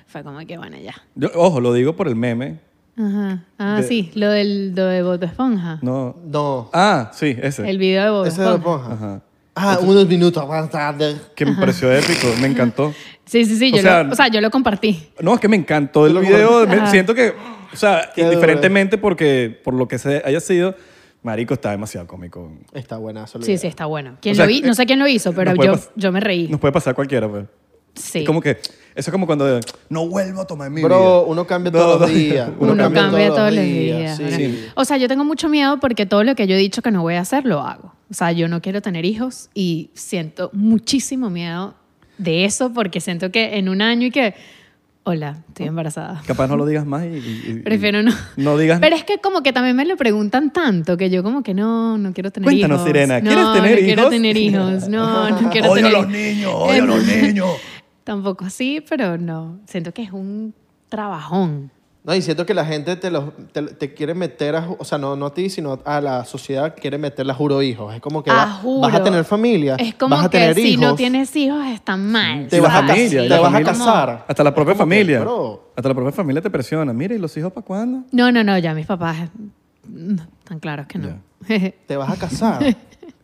[SPEAKER 2] fue como que, bueno, ya.
[SPEAKER 4] Yo, ojo, lo digo por el meme.
[SPEAKER 2] Ajá. Ah,
[SPEAKER 4] De-
[SPEAKER 2] sí, lo del lo de Bob Esponja.
[SPEAKER 4] No.
[SPEAKER 1] No,
[SPEAKER 4] Ah, sí, ese.
[SPEAKER 2] El video de Bob
[SPEAKER 1] ese era
[SPEAKER 2] Esponja.
[SPEAKER 1] Ponja.
[SPEAKER 4] Ajá.
[SPEAKER 1] Ah, unos minutos más tarde.
[SPEAKER 4] Que me pareció épico, me encantó.
[SPEAKER 2] Sí, sí, sí. yo
[SPEAKER 4] O
[SPEAKER 2] lo-
[SPEAKER 4] sea-
[SPEAKER 2] o sea, yo lo compartí.
[SPEAKER 4] No, es que me encantó
[SPEAKER 1] Tú
[SPEAKER 4] el
[SPEAKER 1] lo
[SPEAKER 4] video.
[SPEAKER 1] compartiste.
[SPEAKER 4] Me- siento que, o sea,
[SPEAKER 1] Qué
[SPEAKER 4] indiferentemente porque, por lo que se haya sido, Marico está demasiado cómico.
[SPEAKER 1] Está buenazo. el
[SPEAKER 2] Sí,
[SPEAKER 1] video.
[SPEAKER 2] sí, está bueno. ¿Quién
[SPEAKER 4] O sea,
[SPEAKER 2] lo vi? No sé quién lo hizo, pero
[SPEAKER 4] nos puede
[SPEAKER 2] yo,
[SPEAKER 4] pas-
[SPEAKER 2] yo me reí.
[SPEAKER 4] Nos puede pasar a cualquiera, pues.
[SPEAKER 2] sí.
[SPEAKER 4] Es como que, eso es como cuando no vuelvo a tomar en mi
[SPEAKER 1] Bro,
[SPEAKER 4] vida.
[SPEAKER 1] uno cambia
[SPEAKER 4] No,
[SPEAKER 1] todos los
[SPEAKER 4] no.
[SPEAKER 1] días.
[SPEAKER 2] uno, cambia, todos, los días.
[SPEAKER 1] sí.
[SPEAKER 2] ¿verdad?
[SPEAKER 4] Sí.
[SPEAKER 2] O sea, yo tengo mucho miedo porque todo lo que yo he dicho que no voy a hacer, lo hago. O sea, yo no quiero tener hijos y siento muchísimo miedo de eso porque siento que en un año y que, hola, estoy embarazada.
[SPEAKER 4] Capaz no lo digas más y... y- y-
[SPEAKER 2] Prefiero no.
[SPEAKER 4] No digas
[SPEAKER 2] Pero es que como que también me lo preguntan tanto que yo como que no, no quiero tener
[SPEAKER 4] Cuéntanos,
[SPEAKER 2] hijos.
[SPEAKER 4] Sirena,
[SPEAKER 2] No,
[SPEAKER 4] ¿quieres tener
[SPEAKER 2] no quiero
[SPEAKER 4] hijos?
[SPEAKER 2] tener hijos. No, no quiero
[SPEAKER 4] Odio a
[SPEAKER 2] tener
[SPEAKER 4] los niños, odio a los niños.
[SPEAKER 2] Tampoco así, pero no. Siento que es un trabajón.
[SPEAKER 1] No, y siento que la gente te, los, te, te quiere meter, a, ju- o sea, no, no a ti, sino a la sociedad quiere meterla juro hijos. Es como que
[SPEAKER 2] Ah,
[SPEAKER 1] va-
[SPEAKER 2] juro.
[SPEAKER 1] vas a tener familia,
[SPEAKER 2] Es como
[SPEAKER 1] vas a
[SPEAKER 2] que
[SPEAKER 1] tener
[SPEAKER 2] si
[SPEAKER 1] hijos.
[SPEAKER 2] no tienes hijos está mal.
[SPEAKER 1] Te vas a
[SPEAKER 2] ¿sabes?
[SPEAKER 1] familia,
[SPEAKER 2] Sí.
[SPEAKER 1] te
[SPEAKER 4] la
[SPEAKER 1] vas a
[SPEAKER 4] familia-
[SPEAKER 1] casar.
[SPEAKER 4] Hasta la propia
[SPEAKER 1] como que,
[SPEAKER 4] familia.
[SPEAKER 1] bro.
[SPEAKER 4] Hasta la propia familia te presiona. Mira, ¿y los hijos para cuándo?
[SPEAKER 2] No, no, no, ya mis papás No, tan claro es que no.
[SPEAKER 1] Te vas a casar.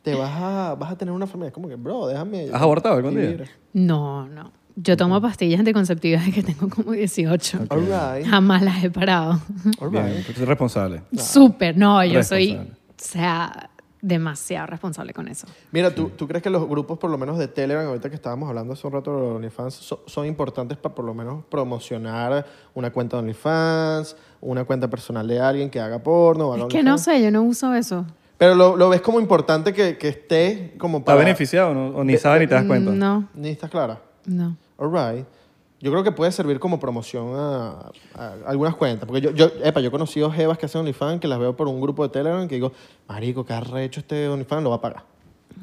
[SPEAKER 1] te vas a, vas a tener una familia. Como que, bro, déjame.
[SPEAKER 4] ¿Has abortado algún día?
[SPEAKER 1] vivir.
[SPEAKER 2] no, no. Yo tomo pastillas anticonceptivas desde que tengo como 18.
[SPEAKER 1] All right.
[SPEAKER 2] Jamás las he parado.
[SPEAKER 1] All
[SPEAKER 4] Bien,
[SPEAKER 1] right.
[SPEAKER 4] soy responsable.
[SPEAKER 2] Súper, no, yo soy, o
[SPEAKER 4] Responsable.
[SPEAKER 2] sea, demasiado responsable con eso.
[SPEAKER 1] Mira, ¿tú, ¿tú crees que los grupos, por lo menos de Telegram, ahorita que estábamos hablando hace un rato de los OnlyFans, so- son importantes para por lo menos promocionar una cuenta de OnlyFans, una cuenta personal de alguien que haga porno? o haga
[SPEAKER 2] Es que no
[SPEAKER 1] OnlyFans?
[SPEAKER 2] sé, yo no uso eso.
[SPEAKER 1] Pero lo, lo ves como importante que, que esté como
[SPEAKER 4] ¿Estás
[SPEAKER 1] para...
[SPEAKER 4] beneficiado no? o ni sabes ni te das cuenta?
[SPEAKER 2] No,
[SPEAKER 1] Ni estás clara.
[SPEAKER 2] no.
[SPEAKER 1] All right. Yo creo que puede servir como promoción a, a algunas cuentas. Porque yo, yo, epa, yo he conocido jevas que hacen OnlyFans, que las veo por un grupo de Telegram, que digo, marico, ¿qué arrecho este OnlyFans? Lo va a pagar.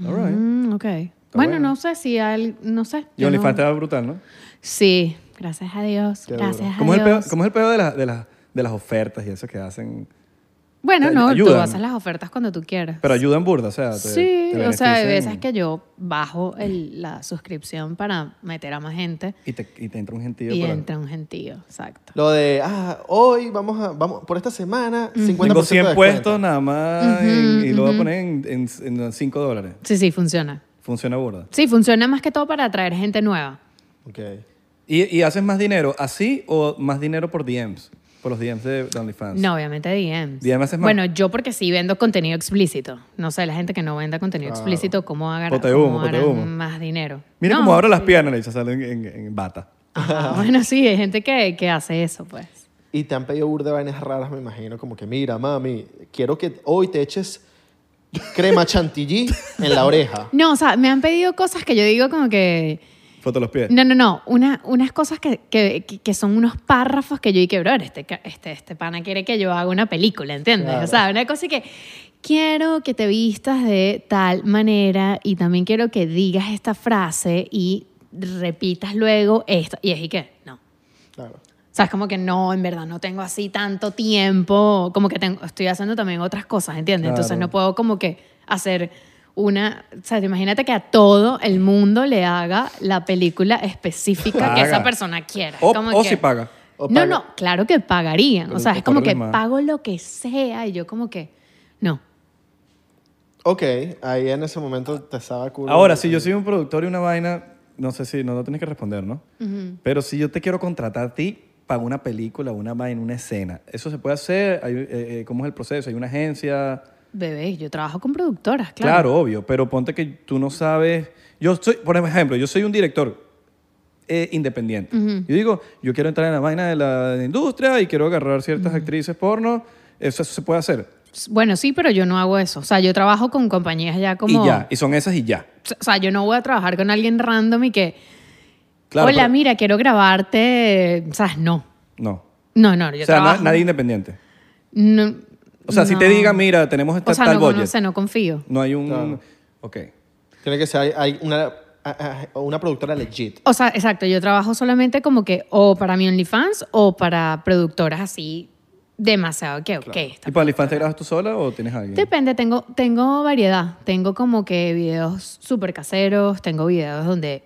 [SPEAKER 4] All right.
[SPEAKER 2] Mm, ok. Bueno,
[SPEAKER 4] bueno.
[SPEAKER 2] no sé si al, no sé.
[SPEAKER 4] Y
[SPEAKER 2] yo no-
[SPEAKER 4] OnlyFans te va brutal, ¿no?
[SPEAKER 2] Sí, gracias a Dios,
[SPEAKER 1] Qué
[SPEAKER 2] gracias a
[SPEAKER 4] ¿Cómo es el peor,
[SPEAKER 2] Dios.
[SPEAKER 4] cómo es el peor de, las de, las de las ofertas y eso que hacen?
[SPEAKER 2] Bueno,
[SPEAKER 4] Te
[SPEAKER 2] no, tú
[SPEAKER 4] ayudan.
[SPEAKER 2] haces las ofertas cuando tú quieras.
[SPEAKER 4] Pero ayudan burda, o sea. te-
[SPEAKER 2] sí,
[SPEAKER 4] te
[SPEAKER 2] o sea, hay
[SPEAKER 4] benefician
[SPEAKER 2] veces que yo bajo el- la suscripción para meter a más gente
[SPEAKER 4] Y te, y te entra un gentío.
[SPEAKER 2] y
[SPEAKER 4] por-
[SPEAKER 2] entra un gentío, exacto.
[SPEAKER 1] Lo de, ah, hoy vamos a, vamos, por esta semana, 50%
[SPEAKER 4] Tengo
[SPEAKER 1] de
[SPEAKER 4] 100
[SPEAKER 1] descuento.
[SPEAKER 4] puestos nada más en- y lo voy a poner en, en, 5 dólares.
[SPEAKER 2] Sí, sí, funciona.
[SPEAKER 4] Funciona burda.
[SPEAKER 2] Sí, funciona más que todo para atraer gente nueva.
[SPEAKER 1] Ok.
[SPEAKER 4] ¿Y, y haces más dinero así o más dinero por DMs? Por los DMs de de OnlyFans.
[SPEAKER 2] No, obviamente DMs.
[SPEAKER 4] DMs es más.
[SPEAKER 2] Bueno, yo porque sí vendo contenido explícito. No sé, la gente que no venda contenido explícito, ¿cómo hagan
[SPEAKER 4] Ponte humo, ponte humo.
[SPEAKER 2] más dinero?
[SPEAKER 4] Mira
[SPEAKER 2] No,
[SPEAKER 4] cómo abro las piernas, le dice, sale en, en- en bata.
[SPEAKER 2] ajá, bueno, sí, hay gente que, que hace eso, pues.
[SPEAKER 1] Y te han pedido burda de vainas raras, me imagino, como que, mira, mami, quiero que hoy te eches crema chantilly en la oreja.
[SPEAKER 2] No, o sea, me han pedido cosas que yo digo como que...
[SPEAKER 4] Foto de los pies.
[SPEAKER 2] No, no, no. Una, unas cosas que, que, que- que son unos párrafos que yo dije, bro, este, ca- este, este pana quiere que yo haga una película, ¿entiendes?
[SPEAKER 1] Claro.
[SPEAKER 2] O sea, una cosa que quiero que te vistas de tal manera y también quiero que digas esta frase y repitas luego esto. Y es y que, no.
[SPEAKER 1] Claro.
[SPEAKER 2] O sea, es como que no, en verdad, no tengo así tanto tiempo, como que tengo, estoy haciendo también otras cosas, ¿entiendes? Entonces
[SPEAKER 4] Claro.
[SPEAKER 2] no puedo como que hacer una, o sea, imagínate que a todo el mundo le haga la película específica que
[SPEAKER 4] Paga.
[SPEAKER 2] esa persona quiera.
[SPEAKER 4] O,
[SPEAKER 2] Como
[SPEAKER 4] o
[SPEAKER 2] que-
[SPEAKER 4] si paga.
[SPEAKER 1] O
[SPEAKER 2] No,
[SPEAKER 1] paga.
[SPEAKER 2] no, claro que pagarían.
[SPEAKER 4] Pero
[SPEAKER 2] o sea,
[SPEAKER 4] tú
[SPEAKER 2] es como que
[SPEAKER 4] pagarles más.
[SPEAKER 2] pago lo que sea y yo como que, no.
[SPEAKER 1] Ok, ahí en ese momento te estaba culo.
[SPEAKER 4] Ahora, si yo soy un productor y una vaina, no sé si no, no tienes que responder, ¿no? Pero si yo te quiero contratar a ti para una película, una vaina, una escena, ¿eso se puede hacer? Hay, eh, eh, ¿Cómo es el proceso? ¿Hay una agencia?
[SPEAKER 2] Bebé, yo trabajo con productoras,
[SPEAKER 4] Claro.
[SPEAKER 2] claro.
[SPEAKER 4] obvio, pero ponte que tú no sabes. Yo soy, por ejemplo, yo soy un director eh, independiente. Yo digo, yo quiero entrar en la vaina de la, de la industria y quiero agarrar ciertas actrices porno. Eso, eso se puede hacer.
[SPEAKER 2] Bueno, sí, pero yo no hago eso. O sea, yo trabajo con compañías ya como...
[SPEAKER 4] Y ya, y son esas y ya.
[SPEAKER 2] O sea, yo no voy a trabajar con alguien random y que...
[SPEAKER 4] Claro,
[SPEAKER 2] Hola,
[SPEAKER 4] pero-
[SPEAKER 2] mira, quiero grabarte. O sea, no.
[SPEAKER 4] No.
[SPEAKER 2] No, no, yo
[SPEAKER 4] o sea, na-
[SPEAKER 2] trabajo.
[SPEAKER 4] nadie independiente.
[SPEAKER 2] No,
[SPEAKER 4] O sea, si te
[SPEAKER 2] no.
[SPEAKER 4] diga, mira, tenemos esta,
[SPEAKER 2] O sea,
[SPEAKER 4] tal
[SPEAKER 2] no,
[SPEAKER 4] budget.
[SPEAKER 2] no sé, no confío.
[SPEAKER 4] No hay un...
[SPEAKER 1] Claro.
[SPEAKER 4] Ok.
[SPEAKER 1] Tiene que ser hay- hay una, a- a- una productora legit.
[SPEAKER 2] O sea, exacto, yo trabajo solamente como que o para mi OnlyFans o para productoras así demasiado que, ok. esta-
[SPEAKER 4] ¿Y para OnlyFans te grabas tú sola o tienes a alguien?
[SPEAKER 2] Depende, tengo, tengo variedad. Tengo como que videos súper caseros, tengo videos donde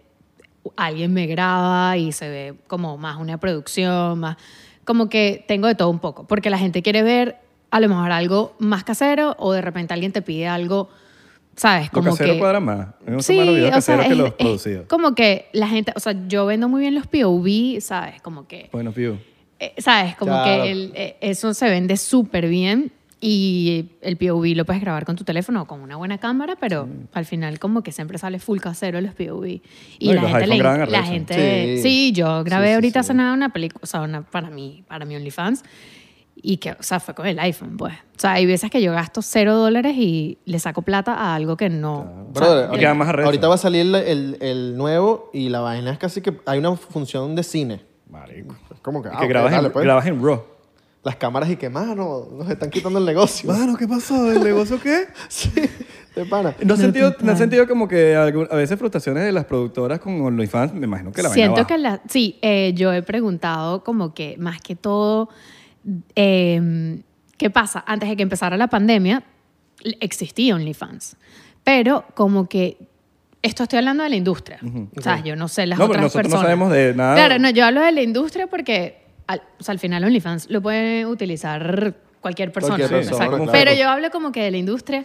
[SPEAKER 2] alguien me graba y se ve como más una producción, más como que tengo de todo un poco, porque la gente quiere ver a lo mejor algo más casero o de repente alguien te pide algo, ¿sabes?
[SPEAKER 4] Lo
[SPEAKER 2] Como
[SPEAKER 4] casero
[SPEAKER 2] que...
[SPEAKER 4] cuadra más. A mí Me gusta más los videos
[SPEAKER 2] o sea,
[SPEAKER 4] caseros que
[SPEAKER 2] es-
[SPEAKER 4] los
[SPEAKER 2] es
[SPEAKER 4] producidos.
[SPEAKER 2] Como que la gente, o sea, yo vendo muy bien los POV, ¿sabes? Como que
[SPEAKER 4] Bueno, Piu.
[SPEAKER 2] eh, ¿Sabes? Como
[SPEAKER 1] Claro.
[SPEAKER 2] que el- eh, eso se vende súper bien y el POV lo puedes grabar con tu teléfono o con una buena cámara, pero al final como que siempre sale full casero los POV. Y
[SPEAKER 4] No, y
[SPEAKER 2] la
[SPEAKER 4] los
[SPEAKER 2] gente...
[SPEAKER 4] iPhone
[SPEAKER 2] le-
[SPEAKER 4] graban
[SPEAKER 2] la
[SPEAKER 4] arrecho.
[SPEAKER 2] gente sí.
[SPEAKER 1] Sí.
[SPEAKER 2] yo grabé
[SPEAKER 1] Sí, sí,
[SPEAKER 2] ahorita hace
[SPEAKER 1] sí.
[SPEAKER 2] nada una película, o sea, una, para mí, para mi OnlyFans. Y que, o sea, fue con el iPhone, pues. O sea, hay veces que yo gasto cero dólares y le saco plata a algo que no... o sea,
[SPEAKER 1] Brother,
[SPEAKER 4] y
[SPEAKER 1] ahorita-
[SPEAKER 4] queda más arrecho.
[SPEAKER 1] ahorita va a salir el, el- el nuevo y la vaina es casi que hay una función de cine.
[SPEAKER 4] Marico.
[SPEAKER 1] Es como que,
[SPEAKER 4] Y
[SPEAKER 1] ah,
[SPEAKER 4] que
[SPEAKER 1] ok,
[SPEAKER 4] grabas,
[SPEAKER 1] dale,
[SPEAKER 4] en,
[SPEAKER 1] pues.
[SPEAKER 4] grabas en RAW.
[SPEAKER 1] Las cámaras y que, mano, nos están quitando el negocio.
[SPEAKER 4] Mano, ¿qué pasó? ¿El negocio qué?
[SPEAKER 1] sí, de pana.
[SPEAKER 4] ¿No has sentido, no has sentido como que algún- a veces frustraciones de las productoras con OnlyFans? Me imagino que la vaina
[SPEAKER 2] Siento
[SPEAKER 4] baja.
[SPEAKER 2] que la, sí, eh, yo he preguntado como que más que todo, eh, ¿qué pasa? Antes de que empezara la pandemia l- existía OnlyFans, pero como que esto estoy hablando de la industria, o sea,
[SPEAKER 1] Ok.
[SPEAKER 2] yo no sé las
[SPEAKER 4] No, pero
[SPEAKER 2] otras
[SPEAKER 4] nosotros no
[SPEAKER 2] personas.
[SPEAKER 4] sabemos de nnada.
[SPEAKER 2] Claro, no, yo hablo de la industria porque al, o sea, al final OnlyFans lo puede utilizar cualquier persona.
[SPEAKER 1] Cualquier
[SPEAKER 2] exacto.
[SPEAKER 1] persona, claro.
[SPEAKER 2] Pero yo hablo como que de la industria.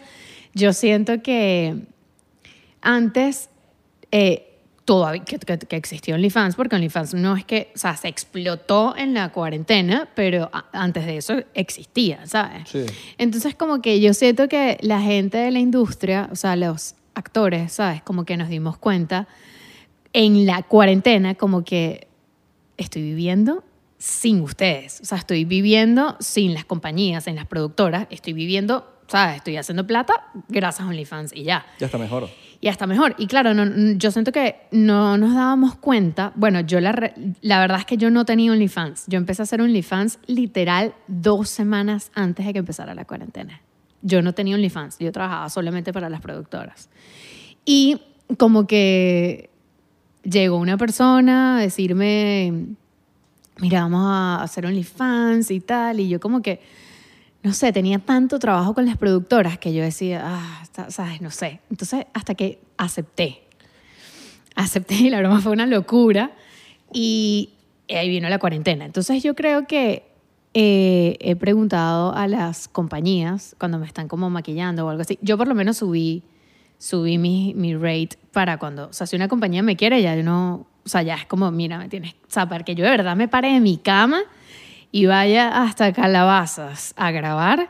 [SPEAKER 2] Yo siento que antes eh, todavía que, que, que existió OnlyFans, porque OnlyFans no es que, o sea, se explotó en la cuarentena, pero a- antes de eso existía, ¿sabes?
[SPEAKER 1] Sí.
[SPEAKER 2] Entonces, como que yo siento que la gente de la industria, o sea, los actores, ¿sabes? Como que nos dimos cuenta en la cuarentena, como que estoy viviendo sin ustedes. O sea, estoy viviendo sin las compañías, sin las productoras. Estoy viviendo, ¿sabes? Estoy haciendo plata gracias a OnlyFans y ya
[SPEAKER 4] Ya está mejor.
[SPEAKER 2] y hasta mejor. Y claro, no- n- yo siento que no nos dábamos cuenta. Bueno, yo la, re- la verdad es que yo no tenía OnlyFans. Yo empecé a hacer OnlyFans literal dos semanas antes de que empezara la cuarentena. Yo no tenía OnlyFans. Yo trabajaba solamente para las productoras. Y como que llegó una persona a decirme, mira, vamos a hacer OnlyFans y tal. Y yo como que, no sé, tenía tanto trabajo con las productoras que yo decía, ah, está- sabes, no sé. Entonces, hasta que acepté. Acepté y la broma fue una locura. Y eh, ahí vino la cuarentena. Entonces, yo creo que eh, he preguntado a las compañías cuando me están como maquillando o algo así. Yo por lo menos subí subí mi, mi rate para cuando, o sea, si una compañía me quiere, ya yo no, o sea, ya es como, mira, me tienes, o sea, para que yo de verdad me pare de mi cama y vaya hasta Calabazas a grabar,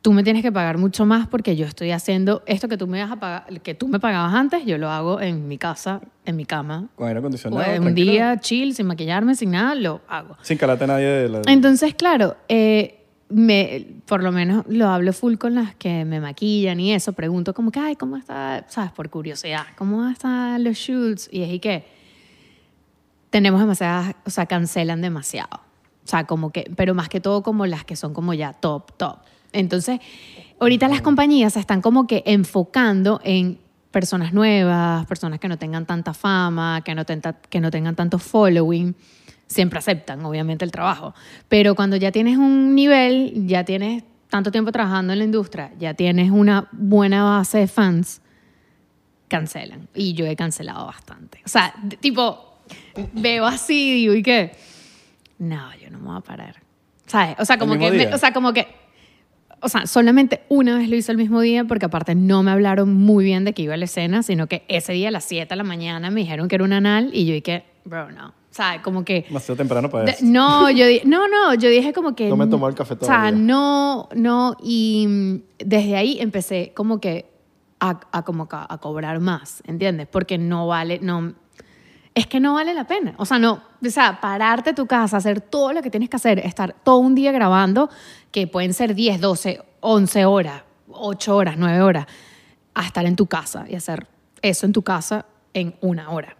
[SPEAKER 2] tú me tienes que pagar mucho más porque yo estoy haciendo esto que tú me vas a pagar, que tú me pagabas antes, yo lo hago en mi casa, en mi cama,
[SPEAKER 4] Con aire acondicionado.
[SPEAKER 2] o en Pues, un
[SPEAKER 4] Pues, tranquilo,
[SPEAKER 2] día chill, sin maquillarme, sin nada, lo hago.
[SPEAKER 4] Sin calarte a nadie de la...
[SPEAKER 2] Entonces, claro, eh, me, por lo menos lo hablo full con las que me maquillan y eso. Pregunto como que, ay, ¿cómo está? ¿Sabes? Por curiosidad. ¿Cómo están los shoots? Y es y que tenemos demasiadas, o sea, cancelan demasiado. O sea, como que, pero más que todo como las que son como ya top, top. Entonces, ahorita las compañías se están como que enfocando en personas nuevas, personas que no tengan tanta fama, que no, tenta- que no tengan tanto following. Siempre aceptan, obviamente, el trabajo. Pero cuando ya tienes un nivel, ya tienes tanto tiempo trabajando en la industria, ya tienes una buena base de fans, cancelan. Y yo he cancelado bastante. O sea, d- tipo, veo así y digo, ¿y qué? No, yo no me voy a parar. ¿Sabes? O sea, como
[SPEAKER 4] mismo
[SPEAKER 2] que... me-
[SPEAKER 4] día?
[SPEAKER 2] o sea, como que... O sea, solamente una vez lo hice el mismo día porque aparte no me hablaron muy bien de que iba a la escena, sino que ese día a las 7 de la mañana me dijeron que era un anal y yo dije, bro, no. O sea, como que...
[SPEAKER 4] Demasiado temprano para
[SPEAKER 2] De-
[SPEAKER 4] eso.
[SPEAKER 2] no, yo di- no, no, yo dije como que...
[SPEAKER 1] No me tomó el café
[SPEAKER 2] O sea,
[SPEAKER 1] todavía.
[SPEAKER 2] no, no, y mm, desde ahí empecé como que a, a como que a, cobrar más, ¿entiendes? Porque no vale, no... Es que no vale la pena. O sea, no, o sea, pararte a tu casa, hacer todo lo que tienes que hacer, estar todo un día grabando, que pueden ser 10, 12, 11 horas, 8 horas, 9 horas, a estar en tu casa y hacer eso en tu casa en una hora.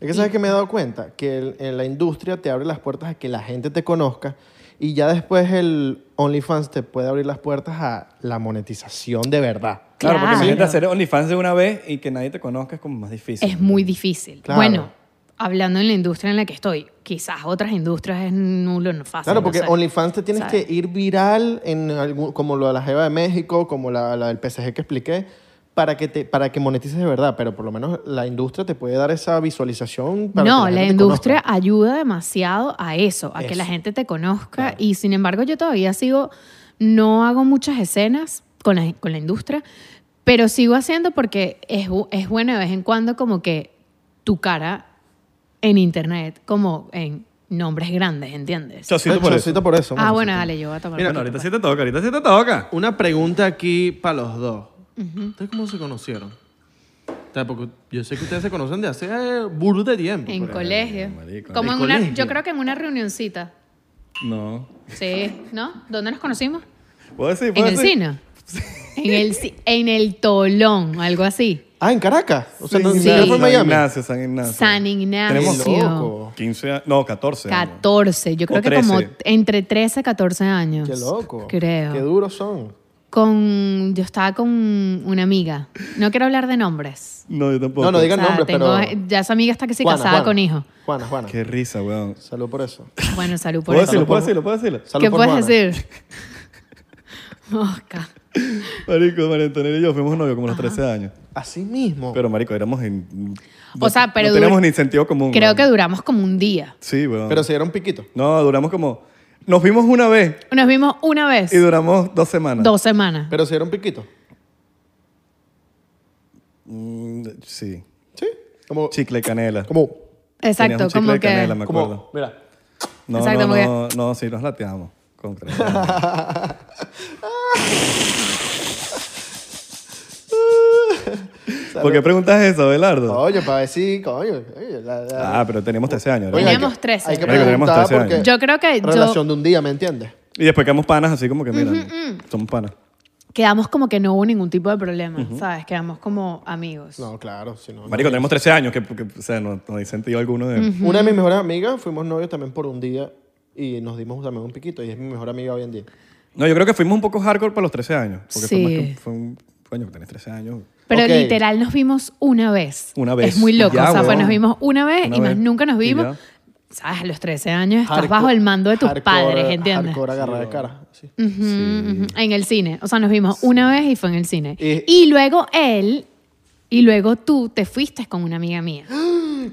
[SPEAKER 1] Es que sabes que me he dado cuenta que el- en la industria te abre las puertas a que la gente te conozca y ya después el OnlyFans te puede abrir las puertas a la monetización de verdad.
[SPEAKER 4] Claro, porque
[SPEAKER 2] Claro.
[SPEAKER 4] imagínate hacer OnlyFans de una vez y que nadie te conozca es como más difícil.
[SPEAKER 2] Es muy difícil.
[SPEAKER 1] Claro.
[SPEAKER 2] Bueno, hablando en la industria en la que estoy, quizás otras industrias es nulo, no fácil.
[SPEAKER 1] Claro,
[SPEAKER 2] no
[SPEAKER 1] porque
[SPEAKER 2] sé.
[SPEAKER 1] OnlyFans te tienes
[SPEAKER 2] ¿Sabes?
[SPEAKER 1] que ir viral en algún, como lo de la Jeva de México, como la, la del PSG que expliqué, para que, te, para que monetices de verdad. Pero por lo menos la industria te puede dar esa visualización. Para
[SPEAKER 2] No,
[SPEAKER 1] que
[SPEAKER 2] la
[SPEAKER 1] gente te
[SPEAKER 2] industria
[SPEAKER 1] conozca.
[SPEAKER 2] ayuda demasiado a eso, a que
[SPEAKER 1] Eso.
[SPEAKER 2] la gente te conozca. Y sin embargo, yo todavía sigo, no hago muchas escenas con la, con la industria, pero sigo haciendo porque es, bu- es bueno de vez en cuando como que tu cara en internet, como en nombres grandes, ¿entiendes?
[SPEAKER 4] Chocito
[SPEAKER 1] Ay,
[SPEAKER 4] por eso.
[SPEAKER 1] chocito por eso.
[SPEAKER 2] ah,
[SPEAKER 1] mano,
[SPEAKER 2] bueno,
[SPEAKER 1] chocito.
[SPEAKER 2] dale, yo voy a tomar.
[SPEAKER 4] Bueno,
[SPEAKER 2] poquito,
[SPEAKER 4] ahorita
[SPEAKER 2] pues.
[SPEAKER 4] sí te toca, ahorita sí te toca.
[SPEAKER 3] Una pregunta aquí para los dos. ¿Ustedes cómo se conocieron? O sea, porque yo sé que ustedes se conocen de hace eh, burro de tiempo.
[SPEAKER 2] En
[SPEAKER 3] pero-
[SPEAKER 1] eh,
[SPEAKER 2] colegio.
[SPEAKER 4] marico.
[SPEAKER 2] Como
[SPEAKER 3] ¿En
[SPEAKER 2] en una,
[SPEAKER 3] colegio?
[SPEAKER 2] yo creo que en una reunioncita.
[SPEAKER 4] No.
[SPEAKER 2] Sí, ¿no? ¿Dónde nos conocimos?
[SPEAKER 4] ¿Puedo decir?
[SPEAKER 2] En
[SPEAKER 4] ¿Puedo
[SPEAKER 2] el
[SPEAKER 4] decir?
[SPEAKER 2] cine. En el, ci- en el Tolón, algo así.
[SPEAKER 1] Ah, en Caracas. O sea,
[SPEAKER 4] Sí,
[SPEAKER 1] no, ni
[SPEAKER 4] sí.
[SPEAKER 1] siquiera fue
[SPEAKER 4] San
[SPEAKER 1] en Miami.
[SPEAKER 4] Ignacio, San
[SPEAKER 1] Ah,
[SPEAKER 4] Ignacio.
[SPEAKER 2] San Ignacio.
[SPEAKER 4] Tenemos
[SPEAKER 1] loco.
[SPEAKER 4] 15 años. No, 14. años.
[SPEAKER 2] 14, yo creo
[SPEAKER 4] O
[SPEAKER 2] que como
[SPEAKER 4] 13.
[SPEAKER 2] entre 13 y 14 años.
[SPEAKER 1] Qué loco.
[SPEAKER 2] Creo.
[SPEAKER 1] Qué duros son.
[SPEAKER 2] con, yo estaba con una amiga. No quiero hablar de nombres.
[SPEAKER 4] No, yo tampoco.
[SPEAKER 1] No, no digas
[SPEAKER 2] O sea,
[SPEAKER 1] nombres,
[SPEAKER 2] tengo-
[SPEAKER 1] pero.
[SPEAKER 2] Ya esa amiga está que se
[SPEAKER 1] Juana,
[SPEAKER 2] casaba
[SPEAKER 1] Juana.
[SPEAKER 2] con hijo.
[SPEAKER 1] Juana, Juana.
[SPEAKER 4] Qué risa, weón.
[SPEAKER 1] Salud por eso.
[SPEAKER 2] Bueno, salud por
[SPEAKER 4] ¿Puedo
[SPEAKER 2] eso.
[SPEAKER 4] decirlo?
[SPEAKER 1] por-
[SPEAKER 4] ¿Puedo decirlo? ¿Puedo decirlo?
[SPEAKER 1] Salud
[SPEAKER 2] ¿Qué
[SPEAKER 1] por
[SPEAKER 2] puedes
[SPEAKER 1] Juana.
[SPEAKER 2] decir? Oscar.
[SPEAKER 4] Marico, María Antonella y yo fuimos novios como a los 13 años.
[SPEAKER 1] Así mismo.
[SPEAKER 4] Pero, marico, éramos en...
[SPEAKER 2] O sea, pero
[SPEAKER 4] No
[SPEAKER 2] dur-
[SPEAKER 4] teníamos ni sentido común.
[SPEAKER 2] Creo
[SPEAKER 4] weón.
[SPEAKER 2] que duramos como un día.
[SPEAKER 4] Sí, weón.
[SPEAKER 1] Pero se dieron piquito.
[SPEAKER 4] No, duramos como... Nos vimos una vez
[SPEAKER 2] Nos vimos una vez,
[SPEAKER 4] y duramos dos semanas.
[SPEAKER 2] dos semanas.
[SPEAKER 1] Pero si era un piquito.
[SPEAKER 4] Mm, sí.
[SPEAKER 1] Sí. Como.
[SPEAKER 4] Chicle canela.
[SPEAKER 1] como
[SPEAKER 4] Tenías un
[SPEAKER 2] Exacto,
[SPEAKER 4] chicle
[SPEAKER 2] como
[SPEAKER 4] de
[SPEAKER 2] que...
[SPEAKER 4] canela, me acuerdo.
[SPEAKER 1] como mira.
[SPEAKER 4] No,
[SPEAKER 2] Exacto,
[SPEAKER 4] no,
[SPEAKER 2] como que-
[SPEAKER 4] no, no, sí, nos lateamos. Con crema. ¿Por qué preguntas eso, Belardo?
[SPEAKER 1] Coño, para ver si. Coño. coño, la- la-
[SPEAKER 4] Ah, pero teníamos 13 años. ¿verdad?
[SPEAKER 1] Coño, hay que-
[SPEAKER 2] Teníamos 13.
[SPEAKER 1] Hay que
[SPEAKER 4] Marico, teníamos
[SPEAKER 1] preguntar
[SPEAKER 4] 13
[SPEAKER 1] porque.
[SPEAKER 4] años.
[SPEAKER 2] Yo creo que yo-
[SPEAKER 1] Relación de un día, ¿me entiendes?
[SPEAKER 4] Y después quedamos panas así como que, mira,
[SPEAKER 2] mm.
[SPEAKER 4] somos panas.
[SPEAKER 2] Quedamos como que no hubo ningún tipo de problema, ¿sabes? Quedamos como amigos.
[SPEAKER 1] No, claro. Si no, no.
[SPEAKER 4] Marico, tenemos 13 años, que, que, o sea, no, no hay sentido alguno de...
[SPEAKER 1] Una de mis mejores amigas, fuimos novios también por un día y nos dimos también un piquito y es mi mejor amiga hoy en día.
[SPEAKER 4] No, yo creo que fuimos un poco hardcore para los 13 años. Porque fue
[SPEAKER 2] Sí.
[SPEAKER 4] más que fue un... Coño, que tenés 13 años.
[SPEAKER 2] Pero
[SPEAKER 1] Ok.
[SPEAKER 2] literal nos vimos una vez.
[SPEAKER 4] Una vez.
[SPEAKER 2] Es muy loco.
[SPEAKER 4] Ya,
[SPEAKER 2] o sea, pues
[SPEAKER 4] weón.
[SPEAKER 2] nos vimos una vez
[SPEAKER 4] Una
[SPEAKER 2] y más
[SPEAKER 4] vez.
[SPEAKER 2] nunca nos
[SPEAKER 4] Y
[SPEAKER 2] vimos.
[SPEAKER 4] ya.
[SPEAKER 2] ¿Sabes? A los 13 años estás
[SPEAKER 1] Hardcore-
[SPEAKER 2] bajo el mando de tus
[SPEAKER 1] hardcore-
[SPEAKER 2] padres, ¿entiendes?
[SPEAKER 1] Hardcore agarrar de cara. sí.
[SPEAKER 2] Ujú, ujú. En el cine. O sea, nos vimos una vez y fue en el cine.
[SPEAKER 1] Y-
[SPEAKER 2] Y luego él, y luego tú te fuiste con una amiga mía.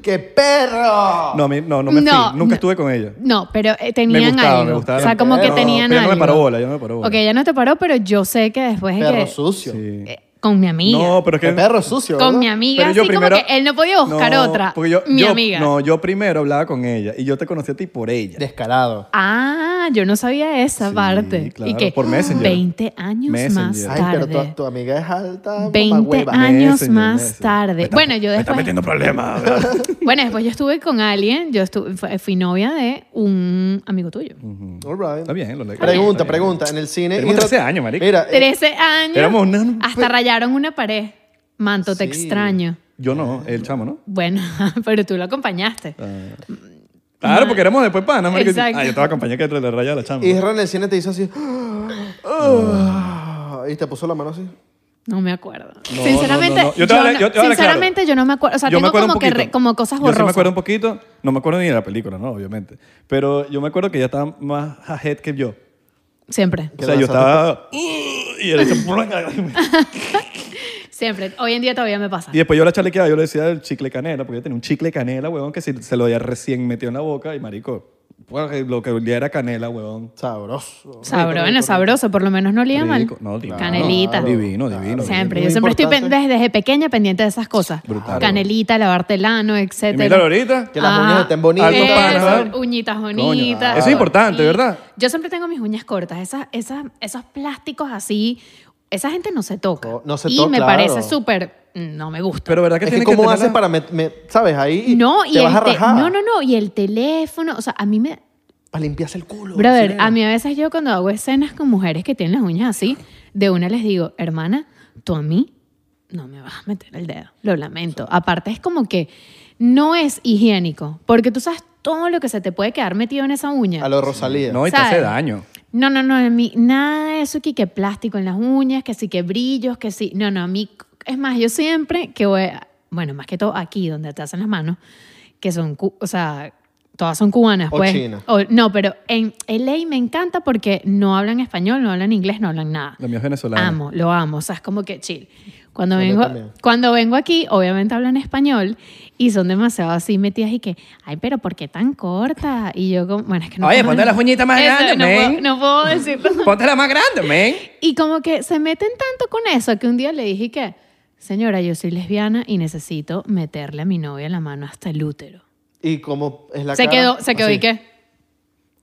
[SPEAKER 1] ¡Qué perro!
[SPEAKER 4] No, a mí- no, no me
[SPEAKER 2] No,
[SPEAKER 4] fui. Nunca
[SPEAKER 2] no.
[SPEAKER 4] estuve con ella.
[SPEAKER 2] No, pero eh, tenían
[SPEAKER 4] gustaba,
[SPEAKER 2] algo.
[SPEAKER 4] me gustaba.
[SPEAKER 2] O sea, como que
[SPEAKER 1] Pero-
[SPEAKER 2] tenían
[SPEAKER 4] pero ella no
[SPEAKER 2] algo.
[SPEAKER 4] me paró bola, ella no me paró bola.
[SPEAKER 2] Ok, ya no te paró, pero yo sé que después de
[SPEAKER 1] Perro
[SPEAKER 2] que...
[SPEAKER 1] sucio.
[SPEAKER 4] Sí.
[SPEAKER 2] eh, con mi amiga.
[SPEAKER 4] No, pero es que...
[SPEAKER 1] Qué perro sucio.
[SPEAKER 2] con
[SPEAKER 1] ¿verdad?
[SPEAKER 2] mi amiga,
[SPEAKER 4] Pero
[SPEAKER 2] así
[SPEAKER 4] yo primero-
[SPEAKER 2] como que él no podía buscar
[SPEAKER 4] No,
[SPEAKER 2] otra.
[SPEAKER 4] porque yo-
[SPEAKER 2] mi
[SPEAKER 4] yo-
[SPEAKER 2] amiga.
[SPEAKER 4] No, yo primero hablaba con ella y yo te conocí a ti por ella.
[SPEAKER 1] Descarado.
[SPEAKER 2] Ah, yo no sabía esa
[SPEAKER 4] Sí,
[SPEAKER 2] parte.
[SPEAKER 4] claro,
[SPEAKER 2] y que
[SPEAKER 4] por Messenger.
[SPEAKER 2] 20 años más
[SPEAKER 4] Messenger.
[SPEAKER 1] Ay, pero
[SPEAKER 2] tarde.
[SPEAKER 1] tu, tu amiga es alta.
[SPEAKER 2] 20
[SPEAKER 1] mamahueva.
[SPEAKER 2] años
[SPEAKER 4] Messenger,
[SPEAKER 2] más
[SPEAKER 4] Messenger.
[SPEAKER 2] tarde. bueno, yo
[SPEAKER 4] Me estás
[SPEAKER 2] después.
[SPEAKER 4] metiendo problemas. ¿verdad?
[SPEAKER 2] Bueno, después yo estuve con alguien. Yo estuve, fue- fui novia de un amigo tuyo.
[SPEAKER 4] Mm.
[SPEAKER 1] All right.
[SPEAKER 4] Está bien, lo
[SPEAKER 1] Pregunta, pregunta. En el cine.
[SPEAKER 4] Tenemos
[SPEAKER 1] y-
[SPEAKER 4] 13 años, marico.
[SPEAKER 1] Mira, eh,
[SPEAKER 2] 13 años.
[SPEAKER 4] éramos una-
[SPEAKER 2] Hasta rayaron una pared. Manto, te
[SPEAKER 1] Sí.
[SPEAKER 2] extraño.
[SPEAKER 4] Yo no, el chamo, ¿no?
[SPEAKER 2] Bueno, pero tú lo acompañaste.
[SPEAKER 4] Claro, porque éramos después panas, marico.
[SPEAKER 2] Exacto.
[SPEAKER 4] Ah, yo estaba acompañada que le raya a la chama.
[SPEAKER 1] Isra en el cine te hizo así. ah, Y te puso la mano así.
[SPEAKER 2] No me acuerdo.
[SPEAKER 4] No,
[SPEAKER 2] sinceramente,
[SPEAKER 4] no, no, no. Yo te hablé-
[SPEAKER 2] no-
[SPEAKER 4] yo te hablé claro.
[SPEAKER 2] sinceramente yo no me acuerdo. O sea,
[SPEAKER 4] Yo me
[SPEAKER 2] tengo
[SPEAKER 4] acuerdo
[SPEAKER 2] como
[SPEAKER 4] un
[SPEAKER 2] que
[SPEAKER 4] poquito.
[SPEAKER 2] re- como cosas
[SPEAKER 4] Yo sí me
[SPEAKER 2] borrosas.
[SPEAKER 4] acuerdo un poquito. No me acuerdo ni de la película, ¿no? Obviamente. Pero yo me acuerdo que ella estaba más ahead que yo.
[SPEAKER 2] Siempre,
[SPEAKER 4] O sea, yo estaba... "Uh", y, él hizo-
[SPEAKER 2] siempre. Hoy en día todavía me pasa.
[SPEAKER 4] y después yo la chalequeaba, yo le decía el chicle canela, porque yo tenía un chicle canela, huevón, que si se lo había recién metido en la boca y marico, pues, lo que olía era canela, huevón.
[SPEAKER 1] Sabroso.
[SPEAKER 2] Sabroso, bueno, sabroso, por lo menos no olía mal.
[SPEAKER 4] Rico. No, divino.
[SPEAKER 2] Canelita.
[SPEAKER 4] Divino, divino.
[SPEAKER 2] Siempre,
[SPEAKER 1] Muy
[SPEAKER 2] yo siempre estoy pen-
[SPEAKER 1] importante.
[SPEAKER 2] desde pequeña pendiente de esas cosas.
[SPEAKER 4] Brutal.
[SPEAKER 2] Canelita, lavarte el ano, etc.
[SPEAKER 4] Y míralo ahorita.
[SPEAKER 1] Que las uñas estén bonitas.
[SPEAKER 4] Alto pana, ¿verdad?
[SPEAKER 2] uñitas bonitas.
[SPEAKER 4] eso es importante,
[SPEAKER 2] Y
[SPEAKER 4] ¿verdad?
[SPEAKER 2] Yo siempre tengo mis uñas cortas, esas, esas, esos plásticos así, esa gente no se toca.
[SPEAKER 1] Oh, No, no se
[SPEAKER 2] y
[SPEAKER 1] toca,
[SPEAKER 2] me
[SPEAKER 1] claro.
[SPEAKER 2] parece súper, no me gusta.
[SPEAKER 4] Pero verdad que
[SPEAKER 1] Es que
[SPEAKER 4] tiene
[SPEAKER 1] cómo
[SPEAKER 4] tener
[SPEAKER 1] haces
[SPEAKER 4] la-
[SPEAKER 1] para... met- me- ¿Sabes? Ahí
[SPEAKER 2] no, y
[SPEAKER 1] te
[SPEAKER 2] el
[SPEAKER 1] vas a
[SPEAKER 2] te-
[SPEAKER 1] rajar.
[SPEAKER 2] no, no, no, y el teléfono, o sea, a mí me,
[SPEAKER 1] Para limpiarse el culo.
[SPEAKER 2] Brother,
[SPEAKER 1] sí.
[SPEAKER 2] a mí a veces yo cuando hago escenas con mujeres que tienen las uñas así, de una les digo, hermana, tú a mí no me vas a meter el dedo. Lo lamento. Aparte es como que no es higiénico, porque tú sabes todo lo que se te puede quedar metido en esa uña.
[SPEAKER 1] A lo de Rosalía.
[SPEAKER 4] No, y te
[SPEAKER 2] ¿Sabes?
[SPEAKER 4] hace daño.
[SPEAKER 2] No, no, no, a mí nada de eso que, que plástico en las uñas, que sí, que brillos, que sí. No, no, a mí, es más, yo siempre que voy, a- bueno, más que todo aquí donde te hacen las manos, que son, cu- o sea, todas son cubanas.
[SPEAKER 1] O
[SPEAKER 2] pues.
[SPEAKER 1] china.
[SPEAKER 2] O- no, pero en LA me encanta porque no hablan español, no hablan inglés, no hablan nada.
[SPEAKER 4] La mía es venezolana.
[SPEAKER 2] Amo, lo amo, o sea, es como que chill. Cuando
[SPEAKER 1] Bueno,
[SPEAKER 2] vengo,
[SPEAKER 1] también.
[SPEAKER 2] cuando vengo aquí, obviamente hablan español y son demasiado así metidas y que, ay, pero ¿por qué tan corta? Y yo como, bueno, es que no
[SPEAKER 4] Oye,
[SPEAKER 2] puedo-
[SPEAKER 4] ponte las uñitas más
[SPEAKER 2] Eso,
[SPEAKER 4] grandes,
[SPEAKER 2] no puedo-
[SPEAKER 4] men.
[SPEAKER 2] No puedo decirlo.
[SPEAKER 4] Ponte la más grande, men.
[SPEAKER 2] Y como que se meten tanto con eso que un día le dije que, señora, yo soy lesbiana y necesito meterle a mi novia la mano hasta el útero.
[SPEAKER 1] Y cómo es la
[SPEAKER 2] Se
[SPEAKER 1] cara.
[SPEAKER 2] quedó, se quedó
[SPEAKER 1] Así.
[SPEAKER 2] y qué.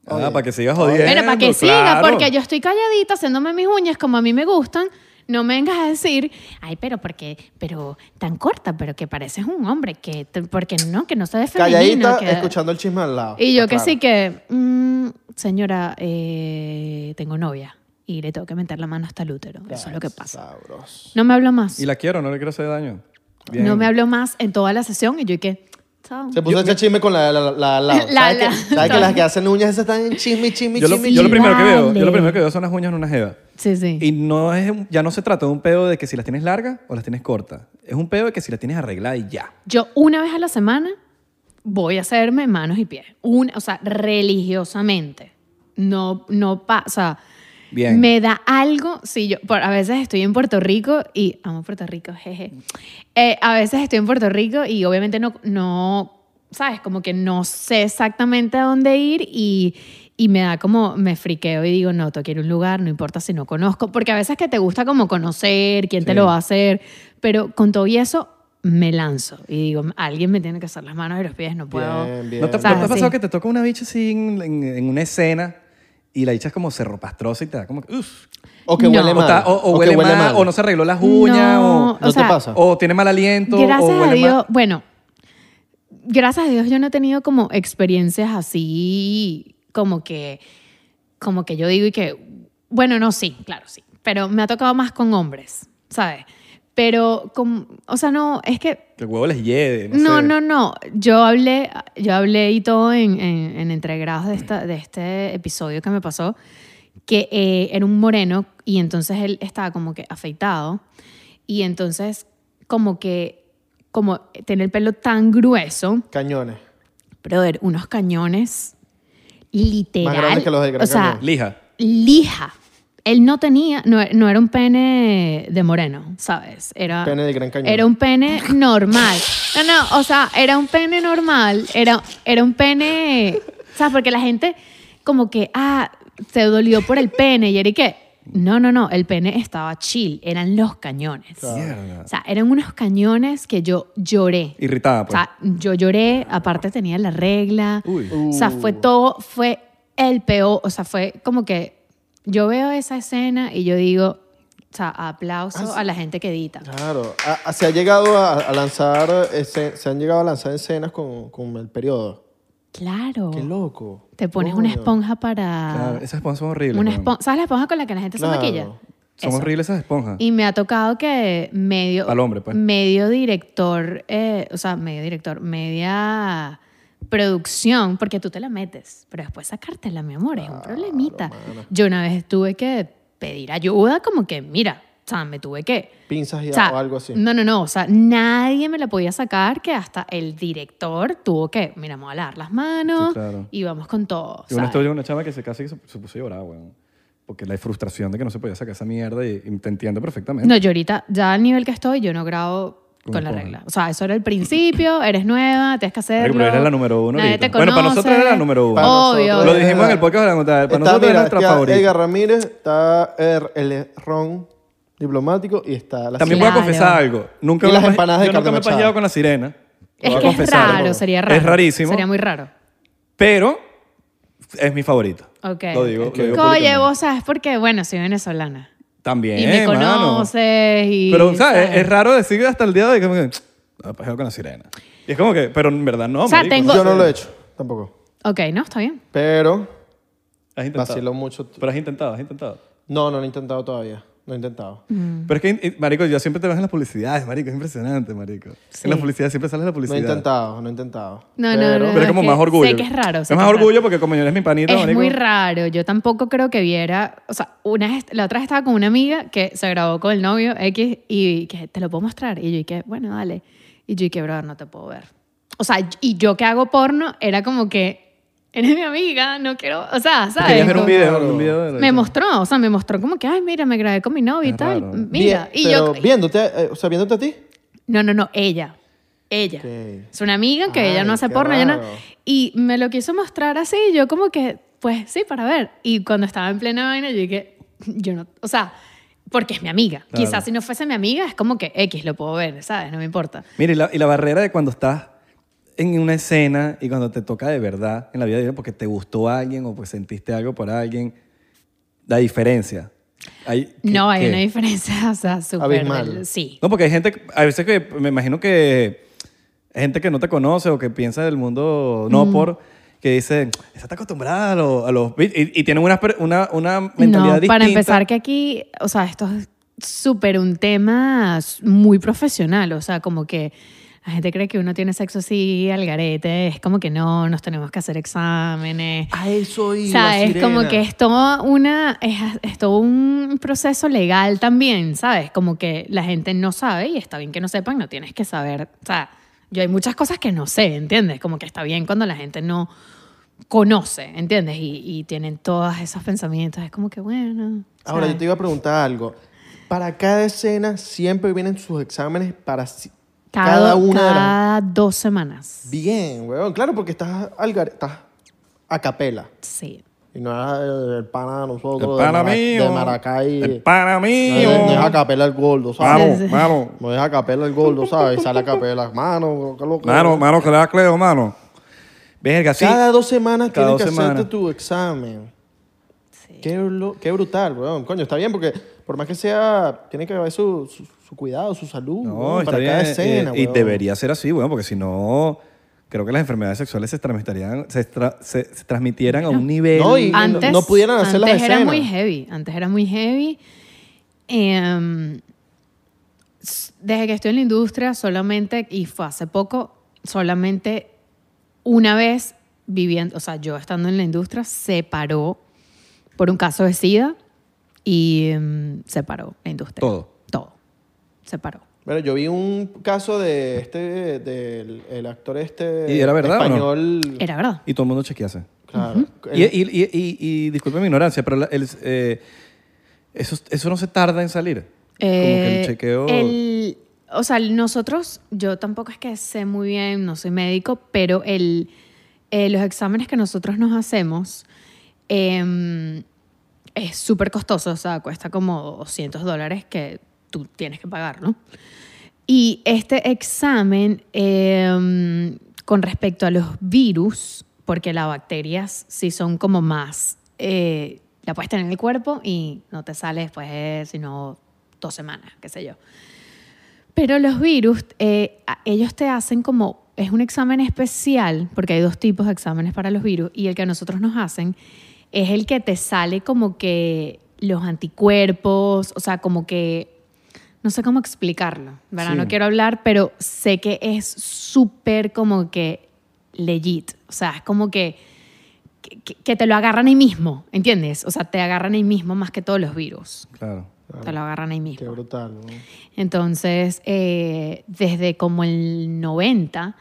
[SPEAKER 4] Ah, para que sigas jodiendo.
[SPEAKER 2] Bueno, para que siga,
[SPEAKER 4] claro.
[SPEAKER 2] porque yo estoy calladita haciéndome mis uñas como a mí me gustan. No me vengas a decir, ay, pero porque, pero tan corta, pero que pareces un hombre, que te- porque no, que no se ve femenino.
[SPEAKER 1] Calladita,
[SPEAKER 2] que-
[SPEAKER 1] escuchando el chisme al lado.
[SPEAKER 2] Y yo que
[SPEAKER 1] Está claro.
[SPEAKER 2] sí que, "Mm, señora, eh, tengo novia y le tengo que meter la mano hasta el útero. Eso es lo que pasa.
[SPEAKER 1] Sabroso.
[SPEAKER 2] No me habló más.
[SPEAKER 4] Y la quiero, no le quiero hacer daño. Bien.
[SPEAKER 2] No me habló más en toda la sesión y yo y que, chao.
[SPEAKER 1] Se puso ese chisme con la la la la.
[SPEAKER 2] La-
[SPEAKER 1] ¿Sabes,
[SPEAKER 2] la-
[SPEAKER 1] que, ¿sabes que las que hacen uñas esas están en chisme, chisme,
[SPEAKER 4] Yo lo,
[SPEAKER 1] chisme?
[SPEAKER 4] yo lo
[SPEAKER 1] chisme?
[SPEAKER 4] primero que veo, yo
[SPEAKER 2] Dale.
[SPEAKER 4] lo primero que veo son las uñas en una jeva.
[SPEAKER 2] Sí, sí.
[SPEAKER 4] Y no es, un- ya no se trata de un pedo de que si las tienes largas o las tienes cortas. Es un pedo de que si las tienes arregladas y ya.
[SPEAKER 2] Yo una vez a la semana voy a hacerme manos y pies. Una, o sea, religiosamente. No, no pasa.
[SPEAKER 4] Bien.
[SPEAKER 2] Me da algo, sí, yo por- a veces estoy en Puerto Rico y, amo Puerto Rico, jeje. Eh, a veces estoy en Puerto Rico y obviamente no, no, sabes, como que no sé exactamente a dónde ir y, Y me da como, me friqueo y digo, no, tengo que ir a un lugar, no importa si no conozco. Porque a veces que te gusta como conocer, quién te
[SPEAKER 4] Sí.
[SPEAKER 2] lo va a hacer. Pero con todo y eso, me lanzo. Y digo, alguien me tiene que hacer las manos y los pies, no puedo.
[SPEAKER 1] Bien, bien.
[SPEAKER 4] ¿No te,
[SPEAKER 2] O sea,
[SPEAKER 4] no te ha pasado
[SPEAKER 2] sí.
[SPEAKER 4] que te toca una bicha así en, en- en una escena y la bicha es como cerropastrosa y te da como que, uff?
[SPEAKER 1] O que
[SPEAKER 2] No.
[SPEAKER 1] huele
[SPEAKER 2] O
[SPEAKER 1] mal.
[SPEAKER 4] O, está- o- o
[SPEAKER 1] que
[SPEAKER 4] huele, mal, o no se arregló las uñas,
[SPEAKER 2] no,
[SPEAKER 1] ¿No te pasa?
[SPEAKER 4] o, o tiene mal aliento, o
[SPEAKER 2] Gracias a
[SPEAKER 4] huele
[SPEAKER 2] Dios,
[SPEAKER 4] mal.
[SPEAKER 2] bueno, gracias a Dios yo no he tenido como experiencias así, como que, como que yo digo y que, bueno, no, sí, claro, sí, pero me ha tocado más con hombres, ¿sabes? Pero, con, o sea, no, es que
[SPEAKER 4] Que el huevo les lleve,
[SPEAKER 2] no,
[SPEAKER 4] sé.
[SPEAKER 2] no, no. Yo hablé, yo hablé y todo en, en, en entregrados de, esta, de este episodio que me pasó, que eh, era un moreno y entonces él estaba como que afeitado y entonces como que, como tener el pelo tan grueso,
[SPEAKER 1] Cañones.
[SPEAKER 2] pero ver unos cañones, literal.
[SPEAKER 1] grandes que los del Gran
[SPEAKER 2] o sea,
[SPEAKER 1] Cañón.
[SPEAKER 4] Lija.
[SPEAKER 2] lija. Él no tenía, no, no era un pene de moreno, ¿sabes? Era,
[SPEAKER 1] Pene del Gran Cañón.
[SPEAKER 2] Ah. era un pene normal. No, no, o sea, era un pene normal. Era, era un pene. O sea, porque la gente, como que, ah, se dolió por el pene. ¿Y era y qué? No, no, no. El pene estaba chill. Eran los cañones.
[SPEAKER 4] Mierda.
[SPEAKER 2] O sea, eran unos cañones que yo lloré.
[SPEAKER 4] Irritada,
[SPEAKER 2] O
[SPEAKER 4] pues.
[SPEAKER 2] sea, yo lloré, aparte tenía la regla.
[SPEAKER 4] Uy.
[SPEAKER 2] O sea, fue todo, fue el peor, o sea, fue como que yo veo esa escena y yo digo, o sea,
[SPEAKER 4] Ah,
[SPEAKER 2] aplauso a la gente que edita.
[SPEAKER 1] Claro. A- a- se ha llegado a, a lanzar, eh, se, se han llegado a lanzar escenas con, con el periodo.
[SPEAKER 2] Claro.
[SPEAKER 1] Qué loco.
[SPEAKER 2] Te pones una
[SPEAKER 1] Coño.
[SPEAKER 2] esponja para...
[SPEAKER 4] Claro, esas esponjas son horribles.
[SPEAKER 2] una
[SPEAKER 4] weón.
[SPEAKER 2] esponja, ¿Sabes la esponja con la que la gente
[SPEAKER 1] Claro.
[SPEAKER 2] se maquilla?
[SPEAKER 4] Son
[SPEAKER 2] Eso.
[SPEAKER 4] horribles esas esponjas.
[SPEAKER 2] Y me ha tocado que medio.
[SPEAKER 4] Pa'l hombre, pues.
[SPEAKER 2] Medio director, eh, o sea, medio director, media producción, porque tú te la metes, pero después sacártela, mi amor, es un problemita. Yo una vez tuve que pedir ayuda, como que, mira, o sea, me tuve que.
[SPEAKER 1] Pinzas y
[SPEAKER 2] o sea,
[SPEAKER 1] o algo así.
[SPEAKER 2] No, no, no, o sea, nadie me la podía sacar, que hasta el director tuvo que, mira, vamos a lavar las manos
[SPEAKER 4] Sí, claro.
[SPEAKER 2] y vamos con todo.
[SPEAKER 4] Yo una
[SPEAKER 2] ¿sabes?
[SPEAKER 4] historia de una chama que se casi se, se puso a llorar, weón. Porque la frustración de que no se podía sacar esa mierda y, y te entiendo perfectamente.
[SPEAKER 2] No, yo ahorita, ya al nivel que estoy, yo no grabo
[SPEAKER 4] Con
[SPEAKER 2] con la
[SPEAKER 4] esponja.
[SPEAKER 2] regla. O sea, eso era el principio, eres nueva, tienes que hacerlo.
[SPEAKER 4] Marico, pero eres la número uno
[SPEAKER 2] Nadie
[SPEAKER 4] ahorita.
[SPEAKER 2] te
[SPEAKER 4] Bueno, para
[SPEAKER 2] conoce.
[SPEAKER 4] nosotros eres la número uno.
[SPEAKER 1] Para
[SPEAKER 2] Obvio.
[SPEAKER 1] nosotros
[SPEAKER 4] Lo
[SPEAKER 1] es
[SPEAKER 4] dijimos en
[SPEAKER 1] la-
[SPEAKER 4] el podcast de la montada. Para
[SPEAKER 1] Está,
[SPEAKER 4] nosotros es
[SPEAKER 1] mira,
[SPEAKER 4] nuestra
[SPEAKER 1] está
[SPEAKER 4] favorita.
[SPEAKER 1] Edgar Ramírez, está Er el, el ron diplomático y está la
[SPEAKER 4] También voy
[SPEAKER 1] sirena.
[SPEAKER 2] Claro.
[SPEAKER 4] a confesar algo. Nunca
[SPEAKER 1] Y
[SPEAKER 4] me
[SPEAKER 1] las
[SPEAKER 4] pa-
[SPEAKER 1] empanadas de
[SPEAKER 4] yo nunca
[SPEAKER 1] carne
[SPEAKER 4] me he
[SPEAKER 1] mechada.
[SPEAKER 4] pajeado con la sirena.
[SPEAKER 2] Es
[SPEAKER 4] Voy a
[SPEAKER 2] que es
[SPEAKER 4] confesarlo.
[SPEAKER 2] raro, sería raro.
[SPEAKER 4] Es rarísimo.
[SPEAKER 2] Sería muy raro.
[SPEAKER 4] Pero es mi favorita.
[SPEAKER 2] Ok.
[SPEAKER 4] Lo digo, lo digo
[SPEAKER 2] Oye,
[SPEAKER 4] públicamente.
[SPEAKER 2] vos sabes por qué, bueno, soy venezolana.
[SPEAKER 4] También,
[SPEAKER 2] y me
[SPEAKER 4] mano.
[SPEAKER 2] conoces y...
[SPEAKER 4] Pero, ¿sabes?
[SPEAKER 2] eh.
[SPEAKER 4] Es raro decir hasta el día de hoy como que "Ah, pajeo con la sirena. Y es como que, pero en verdad no,
[SPEAKER 2] O sea,
[SPEAKER 4] marico.
[SPEAKER 2] tengo-
[SPEAKER 4] sé.
[SPEAKER 1] Yo no lo he hecho, tampoco.
[SPEAKER 2] Ok, no, está bien.
[SPEAKER 1] Pero
[SPEAKER 4] Has intentado.
[SPEAKER 1] vacilo mucho.
[SPEAKER 4] Pero has intentado, has intentado.
[SPEAKER 1] No, no lo he intentado todavía. No he intentado.
[SPEAKER 2] Mm.
[SPEAKER 4] Pero es que, eh, marico, yo siempre te veo en las publicidades, marico. Es impresionante, marico.
[SPEAKER 2] Sí.
[SPEAKER 4] En las publicidades siempre sales la
[SPEAKER 1] No
[SPEAKER 4] publicidad.
[SPEAKER 1] he intentado, no he intentado.
[SPEAKER 2] No, no,
[SPEAKER 1] Pero-
[SPEAKER 2] no,
[SPEAKER 4] Pero es como
[SPEAKER 2] que
[SPEAKER 4] más orgullo.
[SPEAKER 2] sé que es raro, sé
[SPEAKER 4] Es
[SPEAKER 2] que
[SPEAKER 4] más
[SPEAKER 2] es raro.
[SPEAKER 4] orgullo porque como yo eres mi panita,
[SPEAKER 2] Es
[SPEAKER 4] marico.
[SPEAKER 2] muy raro. Yo tampoco creo que viera. O sea, una vez- la otra vez estaba con una amiga que se grabó con el novio X y que te lo puedo mostrar. Y yo dije, bueno, dale. Y yo dije, brother, no te puedo ver. O sea, y yo que hago porno era como que eres mi amiga, no quiero. O sea,
[SPEAKER 4] Tú
[SPEAKER 2] ¿sabes?
[SPEAKER 4] Querías ver un
[SPEAKER 2] Como-
[SPEAKER 4] video, un video de la-
[SPEAKER 2] Me mostró, o sea, me mostró como que, ay, mira, me grabé con mi novio y
[SPEAKER 4] Es
[SPEAKER 2] tal.
[SPEAKER 4] raro.
[SPEAKER 2] Mira.
[SPEAKER 1] Bien,
[SPEAKER 2] y yo.
[SPEAKER 1] pero viéndote, eh, o sea, viéndote a ti.
[SPEAKER 2] No, no, no, ella. Ella.
[SPEAKER 1] Ok.
[SPEAKER 2] Es una amiga que ella no
[SPEAKER 1] Ay,
[SPEAKER 2] hace
[SPEAKER 1] qué
[SPEAKER 2] porno. ella no-
[SPEAKER 1] raro.
[SPEAKER 2] y me lo quiso mostrar así, y yo como que, pues sí, para ver. Y cuando estaba en plena vaina, yo dije, yo no, o sea, porque es mi amiga.
[SPEAKER 4] Claro.
[SPEAKER 2] Quizás si no fuese mi amiga, es como que X lo puedo ver, ¿sabes? No me importa.
[SPEAKER 4] Mira, y la, y la barrera de cuando estás en una escena y cuando te toca de verdad en la vida diaria porque te gustó alguien o pues sentiste algo por alguien, la diferencia. Hay, ¿qué-
[SPEAKER 2] no, hay
[SPEAKER 4] qué?
[SPEAKER 2] una diferencia, o sea, súper.
[SPEAKER 1] Abismal.
[SPEAKER 2] del- Sí.
[SPEAKER 4] No, porque hay gente, que- a veces que me imagino que hay gente que no te conoce o que piensa del mundo
[SPEAKER 2] Mm.
[SPEAKER 4] no por, que dice, esa está acostumbrada a los... A los bits", y, y tienen una, per- una, una mentalidad
[SPEAKER 2] No,
[SPEAKER 4] distinta.
[SPEAKER 2] para empezar que aquí, o sea, esto es súper un tema s- muy profesional, o sea, como que la gente cree que uno tiene sexo así al garete, es como que no, nos tenemos que hacer exámenes.
[SPEAKER 3] A eso
[SPEAKER 2] O
[SPEAKER 3] y
[SPEAKER 2] sea, es como que es todo, una, es, es todo un proceso legal también, ¿sabes? Como que la gente no sabe y está bien que no sepan, no tienes que saber. O sea, yo hay muchas cosas que no sé, ¿entiendes? Como que está bien cuando la gente no, conoce, ¿entiendes? Y, y tienen todos esos pensamientos. Es como que, bueno.
[SPEAKER 1] Ahora,
[SPEAKER 2] ¿sabes?
[SPEAKER 1] yo te iba a preguntar algo. Para cada escena siempre vienen sus exámenes para si- cada, una de las...
[SPEAKER 2] cada dos semanas.
[SPEAKER 1] Bien, weón. Claro, porque estás, al gar- estás a capela.
[SPEAKER 2] Sí.
[SPEAKER 1] Y no era el, el pana de nosotros.
[SPEAKER 4] El
[SPEAKER 1] de
[SPEAKER 4] pana
[SPEAKER 1] Mara-
[SPEAKER 4] mío.
[SPEAKER 1] De Maracay.
[SPEAKER 4] El pana
[SPEAKER 1] No
[SPEAKER 4] mío.
[SPEAKER 1] es- no es a capela el gordo, ¿sabes?
[SPEAKER 4] Vamos, vamos.
[SPEAKER 1] No es a capela el gordo, ¿sabes? Y sale a capela. Mano, qué loco.
[SPEAKER 4] Mano, mano, que le da Cleo, mano. Verga, sí.
[SPEAKER 1] Cada dos semanas
[SPEAKER 4] Cada
[SPEAKER 1] tienes
[SPEAKER 4] dos
[SPEAKER 1] que hacerte
[SPEAKER 4] semanas.
[SPEAKER 1] tu examen. Qué, lo- qué brutal, weón. Coño, está bien porque por más que sea, tiene que haber su, su, su cuidado, su salud
[SPEAKER 4] No,
[SPEAKER 1] weón,
[SPEAKER 4] está
[SPEAKER 1] para
[SPEAKER 4] bien. eh,
[SPEAKER 1] cada escena,
[SPEAKER 4] y, y
[SPEAKER 1] weón.
[SPEAKER 4] debería ser así, bueno, porque si no, creo que las enfermedades sexuales se transmitirían, se, tra- se- se transmitieran a un nivel.
[SPEAKER 1] No, y-
[SPEAKER 2] antes,
[SPEAKER 1] no pudieran hacer las
[SPEAKER 2] antes era
[SPEAKER 1] escenas.
[SPEAKER 2] muy heavy. Antes era muy heavy. Em, s- desde que estoy en la industria, solamente, y fue hace poco, solamente una vez viviendo, o sea, yo estando en la industria, se paró por un caso de SIDA y em, se paró la industria.
[SPEAKER 4] Todo.
[SPEAKER 2] Todo. Se paró.
[SPEAKER 1] Bueno, yo vi un caso de este, del el actor este
[SPEAKER 4] ¿Y era verdad o no?
[SPEAKER 1] español.
[SPEAKER 2] Era verdad.
[SPEAKER 4] Y todo el mundo chequease.
[SPEAKER 1] Claro.
[SPEAKER 4] Y, e- y, y, y- y disculpe mi ignorancia, pero la- el- eh, eso, eso no se tarda en salir. Como que
[SPEAKER 2] Eh,
[SPEAKER 4] el chequeo.
[SPEAKER 2] el- o sea, nosotros, yo tampoco es que sé muy bien, no soy médico, pero el, eh, los exámenes que nosotros nos hacemos em, es súper costoso, o sea, cuesta como 200 dólares que tú tienes que pagar, ¿no? Y este examen em, con respecto a los virus, porque las bacterias sí son como más, eh, la puedes tener en el cuerpo y no te sale después de, sino dos semanas, qué sé yo. Pero los virus, eh, a- ellos te hacen como, es un examen especial, porque hay dos tipos de exámenes para los virus, y el que a nosotros nos hacen es el que te sale como que los anticuerpos, o sea, como que, no sé cómo explicarlo, ¿verdad?
[SPEAKER 4] Sí.
[SPEAKER 2] No quiero hablar, pero sé que es súper como que legit, o sea, es como que, que, que- que te lo agarran ahí mismo, ¿entiendes? O sea, te agarran ahí mismo más que todos los virus,
[SPEAKER 4] Claro.
[SPEAKER 2] te lo agarran ahí mismo.
[SPEAKER 1] Qué brutal, ¿no?
[SPEAKER 2] Entonces, eh, desde como el 90,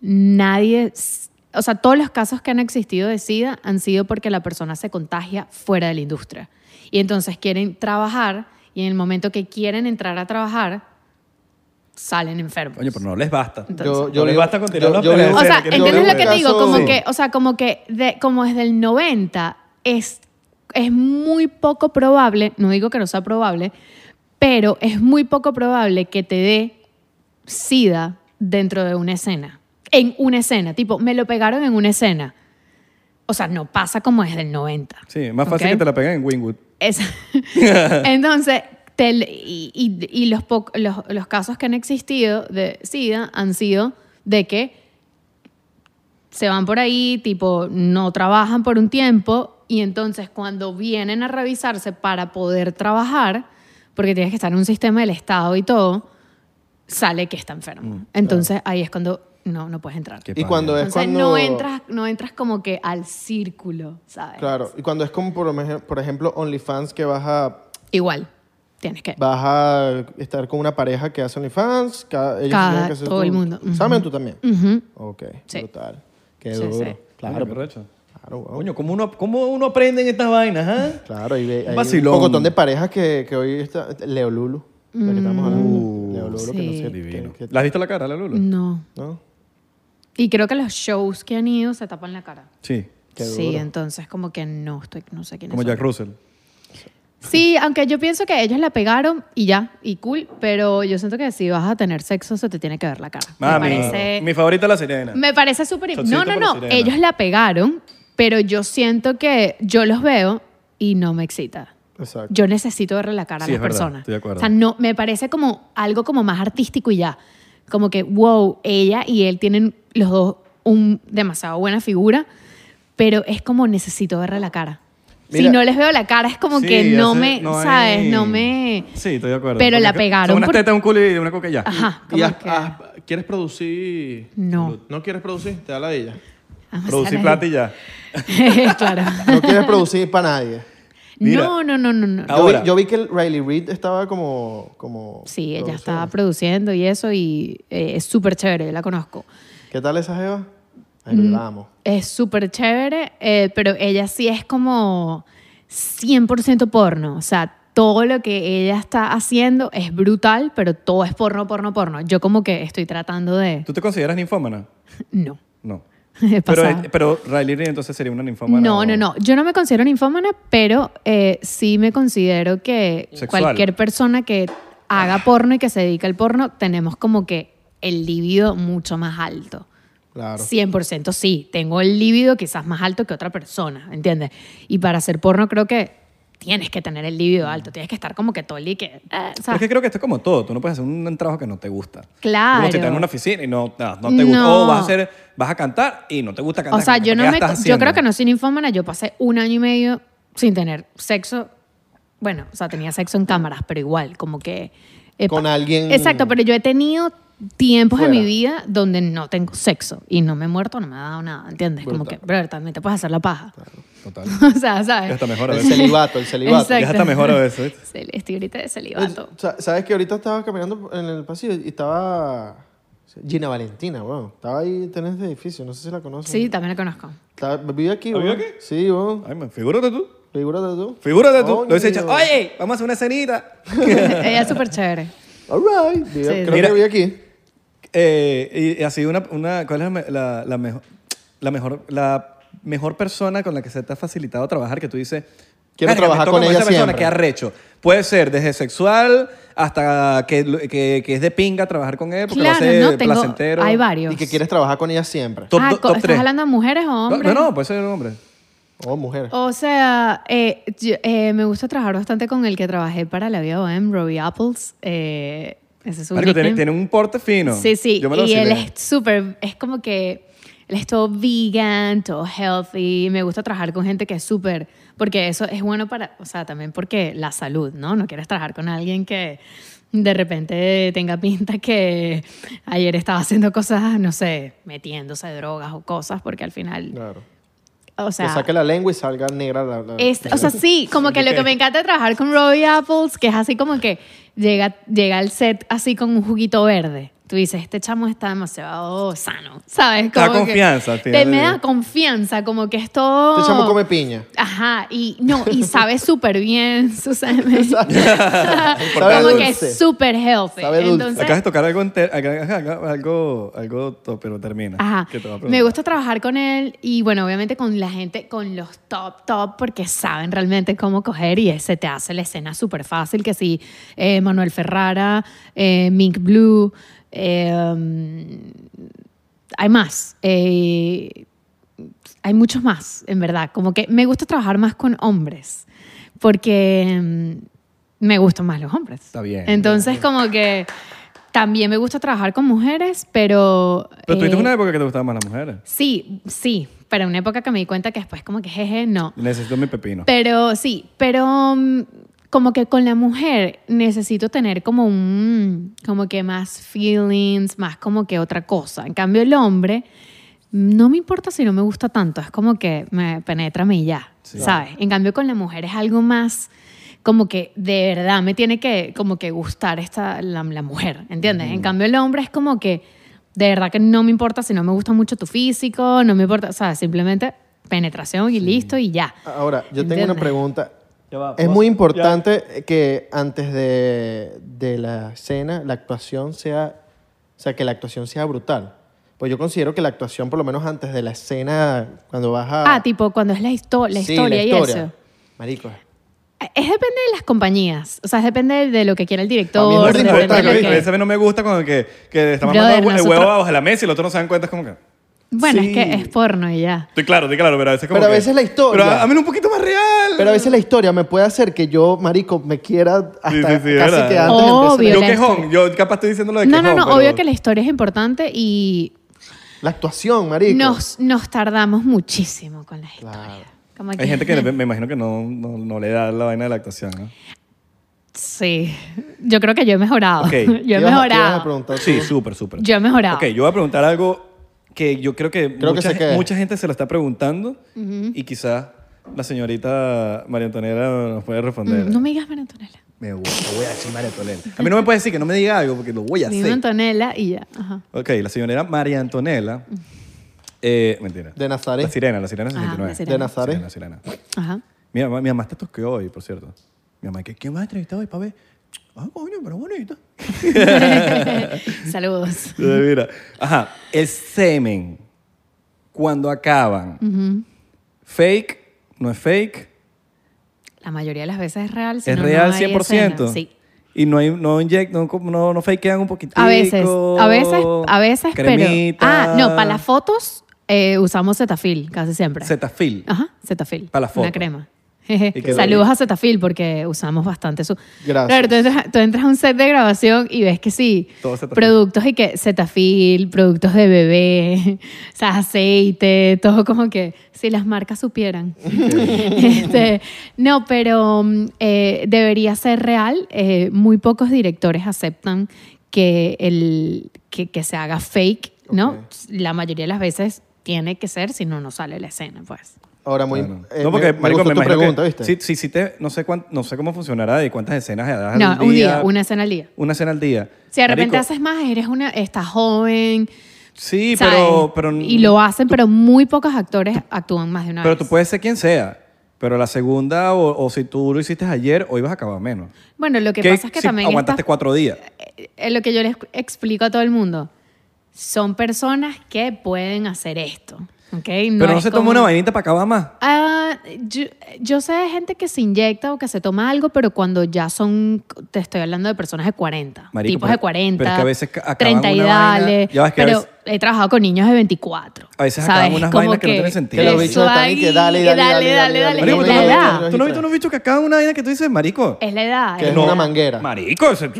[SPEAKER 2] nadie, s- o sea, todos los casos que han existido de SIDA han sido porque la persona se contagia fuera de la industria. Y entonces quieren trabajar y en el momento que quieren entrar a trabajar, salen enfermos.
[SPEAKER 4] Oye, pero no les basta.
[SPEAKER 2] Entonces-
[SPEAKER 4] Yo- yo
[SPEAKER 1] le
[SPEAKER 4] les basta con tirar los
[SPEAKER 1] le
[SPEAKER 4] pelos.
[SPEAKER 2] O sea,
[SPEAKER 4] que no
[SPEAKER 2] ¿entiendes
[SPEAKER 4] veo
[SPEAKER 2] lo que te digo?
[SPEAKER 1] caso-
[SPEAKER 2] Como
[SPEAKER 1] Sí.
[SPEAKER 2] que, o sea, como que de- como desde el 90 es, es muy poco probable, no digo que no sea probable, pero es muy poco probable que te dé sida dentro de una escena. En una escena, tipo, me lo pegaron en una escena. O sea, no pasa como desde el 90.
[SPEAKER 4] Sí, más fácil
[SPEAKER 2] ¿ok?
[SPEAKER 4] que te la peguen en Wingwood.
[SPEAKER 2] Esa- Entonces, te- y, y- y los, poc- los, los casos que han existido de SIDA han sido de que se van por ahí, tipo, no trabajan por un tiempo y entonces cuando vienen a revisarse para poder trabajar, porque tienes que estar en un sistema del Estado y todo, sale que está enfermo. entonces ahí es cuando no, no puedes entrar.
[SPEAKER 4] Qué
[SPEAKER 1] Y cuando
[SPEAKER 4] paja.
[SPEAKER 1] es
[SPEAKER 2] Entonces
[SPEAKER 1] cuando...
[SPEAKER 2] no, entras, no entras como que al círculo, ¿sabes?
[SPEAKER 1] Claro, y cuando es como, por, ej- por ejemplo, OnlyFans que vas a,
[SPEAKER 2] Igual, tienes que...
[SPEAKER 1] vas a estar con una pareja que hace OnlyFans, cada, ellos
[SPEAKER 2] Cada-
[SPEAKER 1] tienen que hacer
[SPEAKER 2] todo
[SPEAKER 1] tu
[SPEAKER 2] el mundo, ujú.
[SPEAKER 1] examen, tú también.
[SPEAKER 2] Ujú.
[SPEAKER 1] Ok,
[SPEAKER 2] Sí.
[SPEAKER 1] brutal. Qué
[SPEAKER 2] Sí, sí.
[SPEAKER 1] duro.
[SPEAKER 4] Coño,
[SPEAKER 1] Claro,
[SPEAKER 4] qué recho.
[SPEAKER 1] claro, weón.
[SPEAKER 4] Coño, ¿cómo uno, ¿cómo uno aprende en estas vainas, ah?
[SPEAKER 1] Claro, y ve- hay
[SPEAKER 4] vacilón.
[SPEAKER 1] un pocotón de parejas que, que hoy está... Leo Lulu, de la que estamos hablando.
[SPEAKER 4] Uh,
[SPEAKER 1] Leo Lulu, que no
[SPEAKER 2] Mm, sí.
[SPEAKER 1] sé...
[SPEAKER 4] Divino.
[SPEAKER 1] que- que-
[SPEAKER 4] ¿La has visto la cara, la Lulu?
[SPEAKER 2] No.
[SPEAKER 1] ¿no?
[SPEAKER 2] Y creo que los shows que han ido se tapan la cara.
[SPEAKER 4] Sí,
[SPEAKER 1] Qué
[SPEAKER 2] sí,
[SPEAKER 1] duro.
[SPEAKER 2] entonces como que no estoy, no sé quién
[SPEAKER 4] como Jack Russell.
[SPEAKER 2] Sí, aunque yo pienso que ellos la pegaron y ya, y cool, pero yo siento que si vas a tener sexo se te tiene que ver la cara.
[SPEAKER 4] Mami,
[SPEAKER 2] me parece,
[SPEAKER 4] mi favorita la sirena.
[SPEAKER 2] me parece súper...
[SPEAKER 4] Shotcito
[SPEAKER 2] No, no,
[SPEAKER 4] para
[SPEAKER 2] no,
[SPEAKER 4] Sirena.
[SPEAKER 2] ellos la pegaron, pero yo siento que yo los veo y no me excita.
[SPEAKER 1] Exacto.
[SPEAKER 2] Yo necesito verle la cara
[SPEAKER 4] Sí,
[SPEAKER 2] a
[SPEAKER 4] es
[SPEAKER 2] las
[SPEAKER 4] verdad,
[SPEAKER 2] personas.
[SPEAKER 4] estoy de acuerdo.
[SPEAKER 2] O sea, no, me parece como algo como más artístico y ya. Como que, wow, ella y él tienen los dos un demasiado buena figura, pero es como necesito verle la cara.
[SPEAKER 1] Mira.
[SPEAKER 2] si no les veo la cara es como
[SPEAKER 4] Sí,
[SPEAKER 2] que no
[SPEAKER 4] ese-
[SPEAKER 2] me,
[SPEAKER 4] no hay-
[SPEAKER 2] ¿sabes? No me...
[SPEAKER 4] Sí, estoy de acuerdo.
[SPEAKER 2] Pero
[SPEAKER 4] Porque
[SPEAKER 2] la
[SPEAKER 4] es que
[SPEAKER 2] pegaron
[SPEAKER 4] Son unas
[SPEAKER 2] por-
[SPEAKER 4] tetas, un culo y una coca y ya.
[SPEAKER 2] Ajá,
[SPEAKER 3] ¿Y
[SPEAKER 2] como
[SPEAKER 3] has-
[SPEAKER 2] que...
[SPEAKER 3] has- quieres producir?
[SPEAKER 2] No.
[SPEAKER 3] ¿No quieres producir? Te da la ella.
[SPEAKER 2] vamos a
[SPEAKER 4] Producí
[SPEAKER 2] hacer
[SPEAKER 4] plata y ya.
[SPEAKER 2] ahí. claro.
[SPEAKER 1] No quieres producir para nadie.
[SPEAKER 4] Mira. Ah,
[SPEAKER 2] No, no, no, no, no.
[SPEAKER 1] Yo
[SPEAKER 4] Ahora.
[SPEAKER 1] vi- Yo vi, que el Riley Reid estaba como... como
[SPEAKER 2] Sí, ella
[SPEAKER 1] produciendo.
[SPEAKER 2] estaba produciendo y eso y eh, es súper chévere, yo la conozco.
[SPEAKER 1] ¿Qué tal esa jeva? Ahí
[SPEAKER 2] Mm.
[SPEAKER 1] lo vamos.
[SPEAKER 2] Es súper chévere, eh, pero ella sí es como 100% porno. O sea, todo lo que ella está haciendo es brutal, pero todo es porno, porno, porno. Yo como que estoy tratando de...
[SPEAKER 4] ¿Tú te consideras ninfómana?
[SPEAKER 2] No.
[SPEAKER 4] No.
[SPEAKER 2] He
[SPEAKER 4] Pero, eh,
[SPEAKER 2] pasado.
[SPEAKER 4] pero Riley Reid entonces sería una ninfómana.
[SPEAKER 2] No,
[SPEAKER 4] o-
[SPEAKER 2] no, no. Yo no me considero ninfómana, pero eh, sí me considero que
[SPEAKER 4] Sexual.
[SPEAKER 2] cualquier persona que haga porno y que se dedica al porno, tenemos como que el líbido mucho más alto.
[SPEAKER 1] Claro.
[SPEAKER 2] 100% sí. Tengo el líbido quizás más alto que otra persona, ¿entiendes? Y para hacer porno creo que tienes que tener el líbido alto. Tienes que estar como que todo el día que... eh, o sea,
[SPEAKER 4] Pero Mm. es que creo que esto es como todo. Tú no puedes hacer un trabajo que no te gusta.
[SPEAKER 2] Claro.
[SPEAKER 4] Como si estás en una oficina y no, no, no te gusta.
[SPEAKER 2] No.
[SPEAKER 4] O vas a, hacer, vas a cantar y no te gusta cantar.
[SPEAKER 2] O sea,
[SPEAKER 4] ¿Qué-
[SPEAKER 2] yo
[SPEAKER 4] qué
[SPEAKER 2] no me,
[SPEAKER 4] estás
[SPEAKER 2] yo
[SPEAKER 4] haciendo?
[SPEAKER 2] creo que no soy ninfómana. Yo pasé un año y medio sin tener sexo. Bueno, o sea, tenía sexo en cámaras, pero igual, como que eh,
[SPEAKER 1] Con
[SPEAKER 2] pa-
[SPEAKER 1] alguien-
[SPEAKER 2] Exacto, pero yo he tenido tiempos en
[SPEAKER 1] Fuera.
[SPEAKER 2] mi vida donde no tengo sexo y no me he muerto, no me ha dado nada, ¿entiendes? Como que, brother, también te puedes hacer la paja.
[SPEAKER 4] Total.
[SPEAKER 2] o sea, ¿sabes?
[SPEAKER 4] Ya está mejor a
[SPEAKER 1] El
[SPEAKER 4] veces.
[SPEAKER 1] celibato, el celibato.
[SPEAKER 2] Exacto.
[SPEAKER 4] Ya está mejor a veces. ¿viste?
[SPEAKER 2] Cel- Estoy ahorita de celibato.
[SPEAKER 1] Eh, sa- ¿Sabes que ahorita estaba caminando en el pasillo y estaba Gina Valentina, weón? Estaba ahí tenés de edificio, no sé si la conoces.
[SPEAKER 2] Sí, también la conozco.
[SPEAKER 1] Está- vive aquí,
[SPEAKER 4] ¿Ah,
[SPEAKER 1] weón.
[SPEAKER 4] vive aquí?
[SPEAKER 1] Sí, weón.
[SPEAKER 4] Ay, man, figúrate tú.
[SPEAKER 1] Figúrate tú.
[SPEAKER 4] Figúrate tú. Lo hubiese
[SPEAKER 1] Coño.
[SPEAKER 4] dicho, oye, vamos a hacer una cenita.
[SPEAKER 2] Ella es súper chévere.
[SPEAKER 1] All right. Vive-
[SPEAKER 2] Sí,
[SPEAKER 1] Creo
[SPEAKER 4] sí.
[SPEAKER 1] que vive aquí.
[SPEAKER 4] Eh, y, y así una, una ¿cuál es la, me- la, la mejor, la mejor, la mejor persona con la que se te ha facilitado trabajar que tú dices
[SPEAKER 1] Quiero
[SPEAKER 4] "Verga, me
[SPEAKER 1] trabajar
[SPEAKER 4] toca
[SPEAKER 1] con ella
[SPEAKER 4] esa persona
[SPEAKER 1] siempre".
[SPEAKER 4] que arrecho. Puede ser desde sexual hasta que, lo- que, que es de pinga trabajar con él porque
[SPEAKER 2] Claro,
[SPEAKER 4] lo hace
[SPEAKER 2] no tengo.
[SPEAKER 4] placentero.
[SPEAKER 2] Hay varios.
[SPEAKER 1] Y que quieres trabajar con ella siempre.
[SPEAKER 4] Top,
[SPEAKER 2] Ah,
[SPEAKER 4] do-
[SPEAKER 2] co-
[SPEAKER 4] top
[SPEAKER 2] ¿Estás
[SPEAKER 4] tres.
[SPEAKER 2] hablando de mujeres o
[SPEAKER 4] No,
[SPEAKER 2] hombres?
[SPEAKER 4] no, no, puede ser un hombre.
[SPEAKER 1] Oh, mujer.
[SPEAKER 2] O sea, eh, yo- eh, me gusta trabajar bastante con el que trabajé para la vida OM, Robbie Apples. Eh, ese es un
[SPEAKER 4] Marico, tiene,
[SPEAKER 2] nickname.
[SPEAKER 4] tiene un porte fino.
[SPEAKER 2] Sí, sí.
[SPEAKER 4] Yo me lo
[SPEAKER 2] Y él
[SPEAKER 4] vacilé.
[SPEAKER 2] es súper, es como que él es todo vegan, todo healthy. Me gusta trabajar con gente que es súper, porque eso es bueno para, o sea, también porque la salud, ¿no? No quieres trabajar con alguien que de repente tenga pinta que ayer estaba haciendo cosas, no sé, metiéndose drogas o cosas, porque al final,
[SPEAKER 1] Claro.
[SPEAKER 2] o sea... este
[SPEAKER 1] que saque la lengua y salga negra la... la-
[SPEAKER 2] Es- o sea, sí, como que lo que me encanta de trabajar con Robbie Apples, que es así como que llega, llega al set así con un juguito verde. Tú dices, este chamo está demasiado sano, ¿sabes?
[SPEAKER 4] Te da
[SPEAKER 2] Como que-
[SPEAKER 4] confianza, al
[SPEAKER 2] te-
[SPEAKER 4] final
[SPEAKER 2] me
[SPEAKER 4] del
[SPEAKER 2] da
[SPEAKER 4] día.
[SPEAKER 2] confianza, como que es todo...
[SPEAKER 1] Este chamo come piña.
[SPEAKER 2] Ajá, y no, y sabe súper bien, Susana.
[SPEAKER 1] Sabe
[SPEAKER 2] como que
[SPEAKER 1] dulce.
[SPEAKER 2] es súper healthy.
[SPEAKER 1] Sabe dulce.
[SPEAKER 2] Entonces,
[SPEAKER 4] Acabas de tocar algo, enter- acá- acá- acá- algo, algo top, pero termina.
[SPEAKER 2] Ajá.
[SPEAKER 4] ¿Qué te va a preguntar?
[SPEAKER 2] Me gusta trabajar con él y, bueno, obviamente con la gente, con los top, top, porque saben realmente cómo coger y se te hace la escena súper fácil. Que si eh, Manuel Ferrara, eh, Mink Blue, eh, um, hay más. eh, hay muchos más, en verdad. Como que me gusta trabajar más con hombres porque mm, me gustan más los hombres.
[SPEAKER 4] Está bien.
[SPEAKER 2] Entonces, como que. También me gusta trabajar con mujeres, pero...
[SPEAKER 4] Pero tú
[SPEAKER 2] eh,
[SPEAKER 4] tuviste una época que te gustaban más las mujeres.
[SPEAKER 2] Sí, sí, pero una época que me di cuenta que después como que jeje, no.
[SPEAKER 4] Necesito mi pepino.
[SPEAKER 2] Pero sí, pero mm, como que con la mujer necesito tener como un, como que más feelings, más como que otra cosa. En cambio el hombre, no me importa si no me gusta tanto, es como que me penetra y ya,
[SPEAKER 4] Sí.
[SPEAKER 2] ¿sabes? En cambio con la mujer es algo más como que de verdad me tiene que como que gustar esta la, la mujer, ¿entiendes? En cambio el hombre es como que de verdad que no me importa si no me gusta mucho tu físico, no me importa, o sea, simplemente penetración y listo y ya.
[SPEAKER 1] Ahora, yo tengo
[SPEAKER 2] ¿Entiendes?
[SPEAKER 1] una pregunta.
[SPEAKER 4] Ya va,
[SPEAKER 1] es
[SPEAKER 4] vos-
[SPEAKER 1] muy importante que antes de, de la escena, la actuación sea, o sea, que la actuación sea brutal. Pues yo considero que la actuación, por lo menos antes de la escena, cuando vas a...
[SPEAKER 2] Ah, tipo, cuando es la, histo- la
[SPEAKER 1] Sí,
[SPEAKER 2] historia y eso.
[SPEAKER 1] Marico.
[SPEAKER 2] Es depende de las compañías. O sea, es depende de lo que quiera el director.
[SPEAKER 1] A mí no me
[SPEAKER 2] depende
[SPEAKER 1] importa
[SPEAKER 2] de lo
[SPEAKER 1] que-
[SPEAKER 2] que-
[SPEAKER 1] ok.
[SPEAKER 4] A veces no me gusta cuando que, que estamos
[SPEAKER 2] Brother,
[SPEAKER 4] mandando el hue- el huevo
[SPEAKER 2] nosotros-
[SPEAKER 4] abajo de la mesa y los otros no se dan cuenta. Es como que.
[SPEAKER 2] Bueno,
[SPEAKER 1] Sí.
[SPEAKER 2] es que es porno y ya.
[SPEAKER 4] Estoy claro, estoy claro, pero a veces como.
[SPEAKER 1] Pero a
[SPEAKER 4] que-
[SPEAKER 1] veces la historia-
[SPEAKER 4] Pero a- a mí un poquito más real.
[SPEAKER 1] Pero a veces la historia me puede hacer que yo, marico, me quiera hasta
[SPEAKER 4] Sí, sí, sí,
[SPEAKER 1] casi
[SPEAKER 4] ¿verdad?
[SPEAKER 1] que antes de empezar.
[SPEAKER 2] Obvio.
[SPEAKER 4] Yo
[SPEAKER 2] la
[SPEAKER 4] quejón,
[SPEAKER 2] historia.
[SPEAKER 4] yo capaz estoy diciendo lo de
[SPEAKER 2] No,
[SPEAKER 4] quejón.
[SPEAKER 2] no, no.
[SPEAKER 4] pero-
[SPEAKER 2] Obvio que la historia es importante y
[SPEAKER 1] La actuación, marico.
[SPEAKER 2] nos, nos tardamos muchísimo con la historia.
[SPEAKER 1] Claro.
[SPEAKER 2] Como
[SPEAKER 4] Hay gente que me imagino que no, no, no le da la vaina de la actuación. ¿no?
[SPEAKER 2] Sí. Yo creo que yo he mejorado.
[SPEAKER 4] Ok.
[SPEAKER 1] ¿Qué
[SPEAKER 2] Yo he
[SPEAKER 1] ibas a- qué ibas a
[SPEAKER 2] mejorado.
[SPEAKER 1] preguntar tú?
[SPEAKER 4] Sí, súper, súper.
[SPEAKER 2] Yo he mejorado.
[SPEAKER 4] Ok, yo voy a preguntar algo que yo creo que,
[SPEAKER 1] Creo que
[SPEAKER 4] mucha,
[SPEAKER 1] sé qué es.
[SPEAKER 4] mucha gente se lo está preguntando y quizás la señorita María Antonella nos puede responder.
[SPEAKER 2] Mm, No me digas María Antonella.
[SPEAKER 4] Me voy, te voy a decir María Antonella. A mí no me puede decir que no me diga algo porque lo voy a
[SPEAKER 2] Dime
[SPEAKER 4] hacer.
[SPEAKER 2] Antonella y ya. Ajá.
[SPEAKER 4] Ok, la señora María Antonella. Eh, mentira.
[SPEAKER 1] De Nazaret.
[SPEAKER 4] La sirena, la
[SPEAKER 1] Ah,
[SPEAKER 4] sirena 69.
[SPEAKER 2] Ah, la sirena.
[SPEAKER 1] De Nazaret.
[SPEAKER 4] La sirena, la sirena.
[SPEAKER 2] Ajá.
[SPEAKER 4] Mi mamá, mi mamá está tosqueó hoy, por cierto. Mi mamá, ¿qué, qué más entrevistado hoy para ver? Ah, coño, pero bonito.
[SPEAKER 2] Saludos.
[SPEAKER 4] Mira. Ajá, el semen. ¿Cuál- cuando acaban. Fake, no es fake,
[SPEAKER 2] La mayoría de las veces es real. si
[SPEAKER 4] es
[SPEAKER 2] no, no
[SPEAKER 4] real
[SPEAKER 2] hay
[SPEAKER 4] 100%.
[SPEAKER 2] escena. Sí.
[SPEAKER 4] Y no, hay, no, inyect, no, no, no fakean un poquitito.
[SPEAKER 2] A veces, a veces, a veces, pero... Ah, no, para las fotos eh, usamos Cetaphil casi siempre.
[SPEAKER 4] Zetafil.
[SPEAKER 2] Ajá, Cetaphil.
[SPEAKER 4] Pa' la foto.
[SPEAKER 2] Una crema.
[SPEAKER 4] Y que
[SPEAKER 2] Saludos a Cetaphil porque usamos bastante su...
[SPEAKER 1] Gracias.
[SPEAKER 2] Claro, tú entras, tú entras a un set de grabación y ves que sí,
[SPEAKER 4] Todo Cetaphil.
[SPEAKER 2] productos y que Cetaphil, productos de bebé, o sea, aceite, todo como que si las marcas supieran. Este, no, pero mm, eh, debería ser real. Eh, muy pocos directores aceptan que, el, que, que se haga fake, ¿no?
[SPEAKER 1] Ok.
[SPEAKER 2] La mayoría de las veces tiene que ser, si no, no sale la escena, pues.
[SPEAKER 1] Ahora muy...
[SPEAKER 4] Claro.
[SPEAKER 1] eh,
[SPEAKER 4] no, porque,
[SPEAKER 1] me,
[SPEAKER 4] marico, me
[SPEAKER 1] me gustó tu
[SPEAKER 4] imagino
[SPEAKER 1] pregunta,
[SPEAKER 4] que
[SPEAKER 1] ¿viste?
[SPEAKER 4] si- si hiciste- no sé, cuán- no sé cómo funcionará y cuántas escenas harás
[SPEAKER 2] No,
[SPEAKER 4] al
[SPEAKER 2] un día, una escena al día.
[SPEAKER 4] una escena al día.
[SPEAKER 2] Si de repente
[SPEAKER 4] Marico,
[SPEAKER 2] haces más, eres una, estás joven,
[SPEAKER 4] Sí,
[SPEAKER 2] ¿sabes?
[SPEAKER 4] pero, pero...
[SPEAKER 2] y lo hacen, pero muy pocos actores actúan más de una
[SPEAKER 4] Pero
[SPEAKER 2] vez.
[SPEAKER 4] tú puedes ser quien sea. Pero la segunda, o, o si tú lo hiciste ayer, hoy vas a acabar menos.
[SPEAKER 2] Bueno, lo que
[SPEAKER 4] ¿Qué
[SPEAKER 2] pasa es que
[SPEAKER 4] si
[SPEAKER 2] también
[SPEAKER 4] Aguantaste
[SPEAKER 2] estas-
[SPEAKER 4] cuatro días.
[SPEAKER 2] eh, eh, lo que yo les explico a todo el mundo, son personas que pueden hacer esto, ¿ok?
[SPEAKER 4] pero no
[SPEAKER 2] es
[SPEAKER 4] se
[SPEAKER 2] como-
[SPEAKER 4] toma una vainita para acabar más.
[SPEAKER 2] Ah, yo, yo sé de gente que se inyecta o que se toma algo, pero cuando ya son, te estoy hablando de personas de 40,
[SPEAKER 4] Marico,
[SPEAKER 2] tipos
[SPEAKER 4] pero-
[SPEAKER 2] de 40,
[SPEAKER 4] pero es que a veces ca- acaban
[SPEAKER 2] 30 y
[SPEAKER 4] una vaina-
[SPEAKER 2] dale,
[SPEAKER 4] ya ves que a
[SPEAKER 2] pero
[SPEAKER 4] veces-
[SPEAKER 2] he trabajado con niños de 24.
[SPEAKER 4] A veces
[SPEAKER 2] ¿sabes?
[SPEAKER 4] acaban unas
[SPEAKER 2] Como
[SPEAKER 4] vainas que no tienen sentido.
[SPEAKER 1] Que los
[SPEAKER 2] eso
[SPEAKER 1] bichos están y
[SPEAKER 2] ahí,
[SPEAKER 1] que dale, dale, dale, dale,
[SPEAKER 2] dale, es
[SPEAKER 4] Marico,
[SPEAKER 1] dale,
[SPEAKER 2] la
[SPEAKER 4] ¿tú,
[SPEAKER 1] dale,
[SPEAKER 2] edad,
[SPEAKER 1] dale.
[SPEAKER 4] no, tú no has visto unos bichos que acaban una vaina que tú dices, marico.
[SPEAKER 2] es la edad.
[SPEAKER 1] Que
[SPEAKER 2] es
[SPEAKER 1] es
[SPEAKER 2] la
[SPEAKER 1] una
[SPEAKER 2] edad.
[SPEAKER 1] manguera.
[SPEAKER 4] Marico, ese-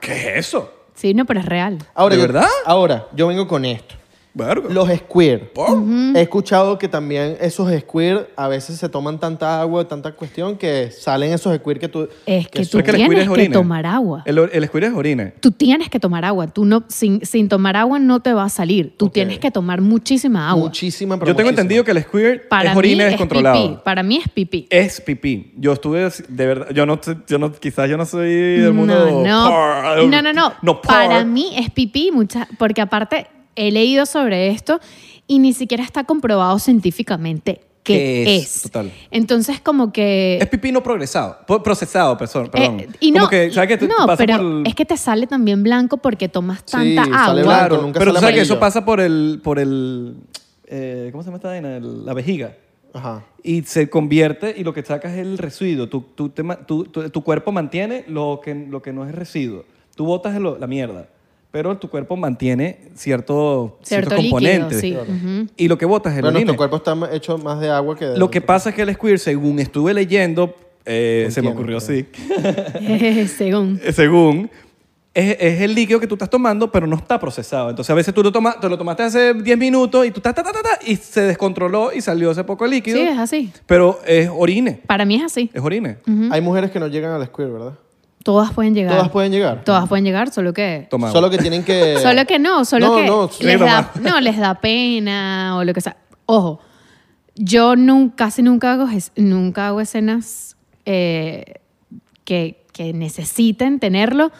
[SPEAKER 4] ¿qué es eso?
[SPEAKER 2] Sí, no, pero es real.
[SPEAKER 1] Ahora,
[SPEAKER 4] ¿De
[SPEAKER 1] yo-
[SPEAKER 4] verdad?
[SPEAKER 1] Ahora, yo vengo con esto.
[SPEAKER 4] Verga. Oh.
[SPEAKER 1] Los squirt.
[SPEAKER 2] Mm.
[SPEAKER 1] He escuchado que también esos squirt a veces se toman tanta agua, tanta cuestión que salen esos squirt que tú...
[SPEAKER 2] Es que
[SPEAKER 1] son-
[SPEAKER 2] tú
[SPEAKER 4] el squirt
[SPEAKER 2] tienes que
[SPEAKER 4] orine.
[SPEAKER 2] tomar agua.
[SPEAKER 4] El, or- el squirt es orine.
[SPEAKER 2] Tú tienes que tomar agua. Tú no, sin, sin tomar agua no te va a salir. Tú
[SPEAKER 1] Ok.
[SPEAKER 2] tienes que tomar muchísima agua.
[SPEAKER 1] Muchísima,
[SPEAKER 4] Yo tengo entendido que el squirt
[SPEAKER 2] Para
[SPEAKER 4] es orine
[SPEAKER 2] mí
[SPEAKER 4] descontrolado.
[SPEAKER 2] Es pipí. Para mí es pipí.
[SPEAKER 4] Es pipí. Yo estuve así- de verdad, yo no, sé- yo no quizás yo no soy del mundo
[SPEAKER 2] No, no.
[SPEAKER 4] par-
[SPEAKER 2] no, no, no.
[SPEAKER 4] no par.
[SPEAKER 2] Para mí es pipí, mucha, porque aparte he leído sobre esto y ni siquiera está comprobado científicamente qué,
[SPEAKER 4] ¿Qué es?
[SPEAKER 2] es.
[SPEAKER 4] Total.
[SPEAKER 2] Entonces, como que.
[SPEAKER 4] Es pipí no progresado, po- procesado, perso- perdón.
[SPEAKER 2] eh, y
[SPEAKER 4] Como
[SPEAKER 2] no,
[SPEAKER 4] que, ¿sabes qué? Tú
[SPEAKER 2] no
[SPEAKER 4] pasas
[SPEAKER 2] pero
[SPEAKER 4] por el-
[SPEAKER 2] es que te sale también blanco porque tomas
[SPEAKER 1] Sí,
[SPEAKER 2] tanta
[SPEAKER 1] sale
[SPEAKER 2] agua.
[SPEAKER 1] blanco,
[SPEAKER 4] Claro,
[SPEAKER 1] nunca
[SPEAKER 4] pero tú
[SPEAKER 1] sale
[SPEAKER 4] sabes que
[SPEAKER 1] amarillo.
[SPEAKER 4] eso pasa por el, por el eh, ¿cómo se llama esta vaina? El- la vejiga.
[SPEAKER 1] Ajá.
[SPEAKER 4] Y se convierte y lo que sacas es el residuo. Tu, tu, te ma- tu- tu- tu cuerpo mantiene lo que, lo que no es residuo. Tú botas lo- la mierda, pero tu cuerpo mantiene cierto,
[SPEAKER 2] Cierto
[SPEAKER 4] cierto,
[SPEAKER 2] líquido,
[SPEAKER 4] componente.
[SPEAKER 2] sí. Claro. Ujú.
[SPEAKER 4] Y lo que botas es el
[SPEAKER 1] Pero
[SPEAKER 4] orine.
[SPEAKER 1] nuestro cuerpo está hecho más de agua que de...
[SPEAKER 4] Lo que pasa es que el squirt, según estuve leyendo, eh, se me
[SPEAKER 1] Contiene,
[SPEAKER 4] ocurrió
[SPEAKER 1] claro.
[SPEAKER 4] así,
[SPEAKER 2] Según.
[SPEAKER 4] eh, según, es, es el líquido que tú estás tomando, pero no está procesado. Entonces, a veces tú lo, tomas, te lo tomaste hace 10 minutos y tú ta, ta, ta, ta, ta, y se descontroló y salió ese poco de líquido.
[SPEAKER 2] Sí, es así.
[SPEAKER 4] Pero es orine.
[SPEAKER 2] Para mí es así.
[SPEAKER 4] Es orine.
[SPEAKER 1] Hay mujeres que no llegan al squirt, ¿verdad?
[SPEAKER 2] Todas pueden llegar.
[SPEAKER 1] Todas pueden llegar.
[SPEAKER 2] Todas pueden llegar, solo que.
[SPEAKER 4] Toma.
[SPEAKER 1] Solo que tienen que...
[SPEAKER 2] Solo que no, solo
[SPEAKER 1] No,
[SPEAKER 2] que
[SPEAKER 1] no,
[SPEAKER 2] les,
[SPEAKER 4] sí,
[SPEAKER 2] da,
[SPEAKER 4] mamá.
[SPEAKER 2] no, les da pena o lo que sea. Ojo, yo nun- casi nunca hago, es- nunca hago escenas eh, que, que necesiten tenerlo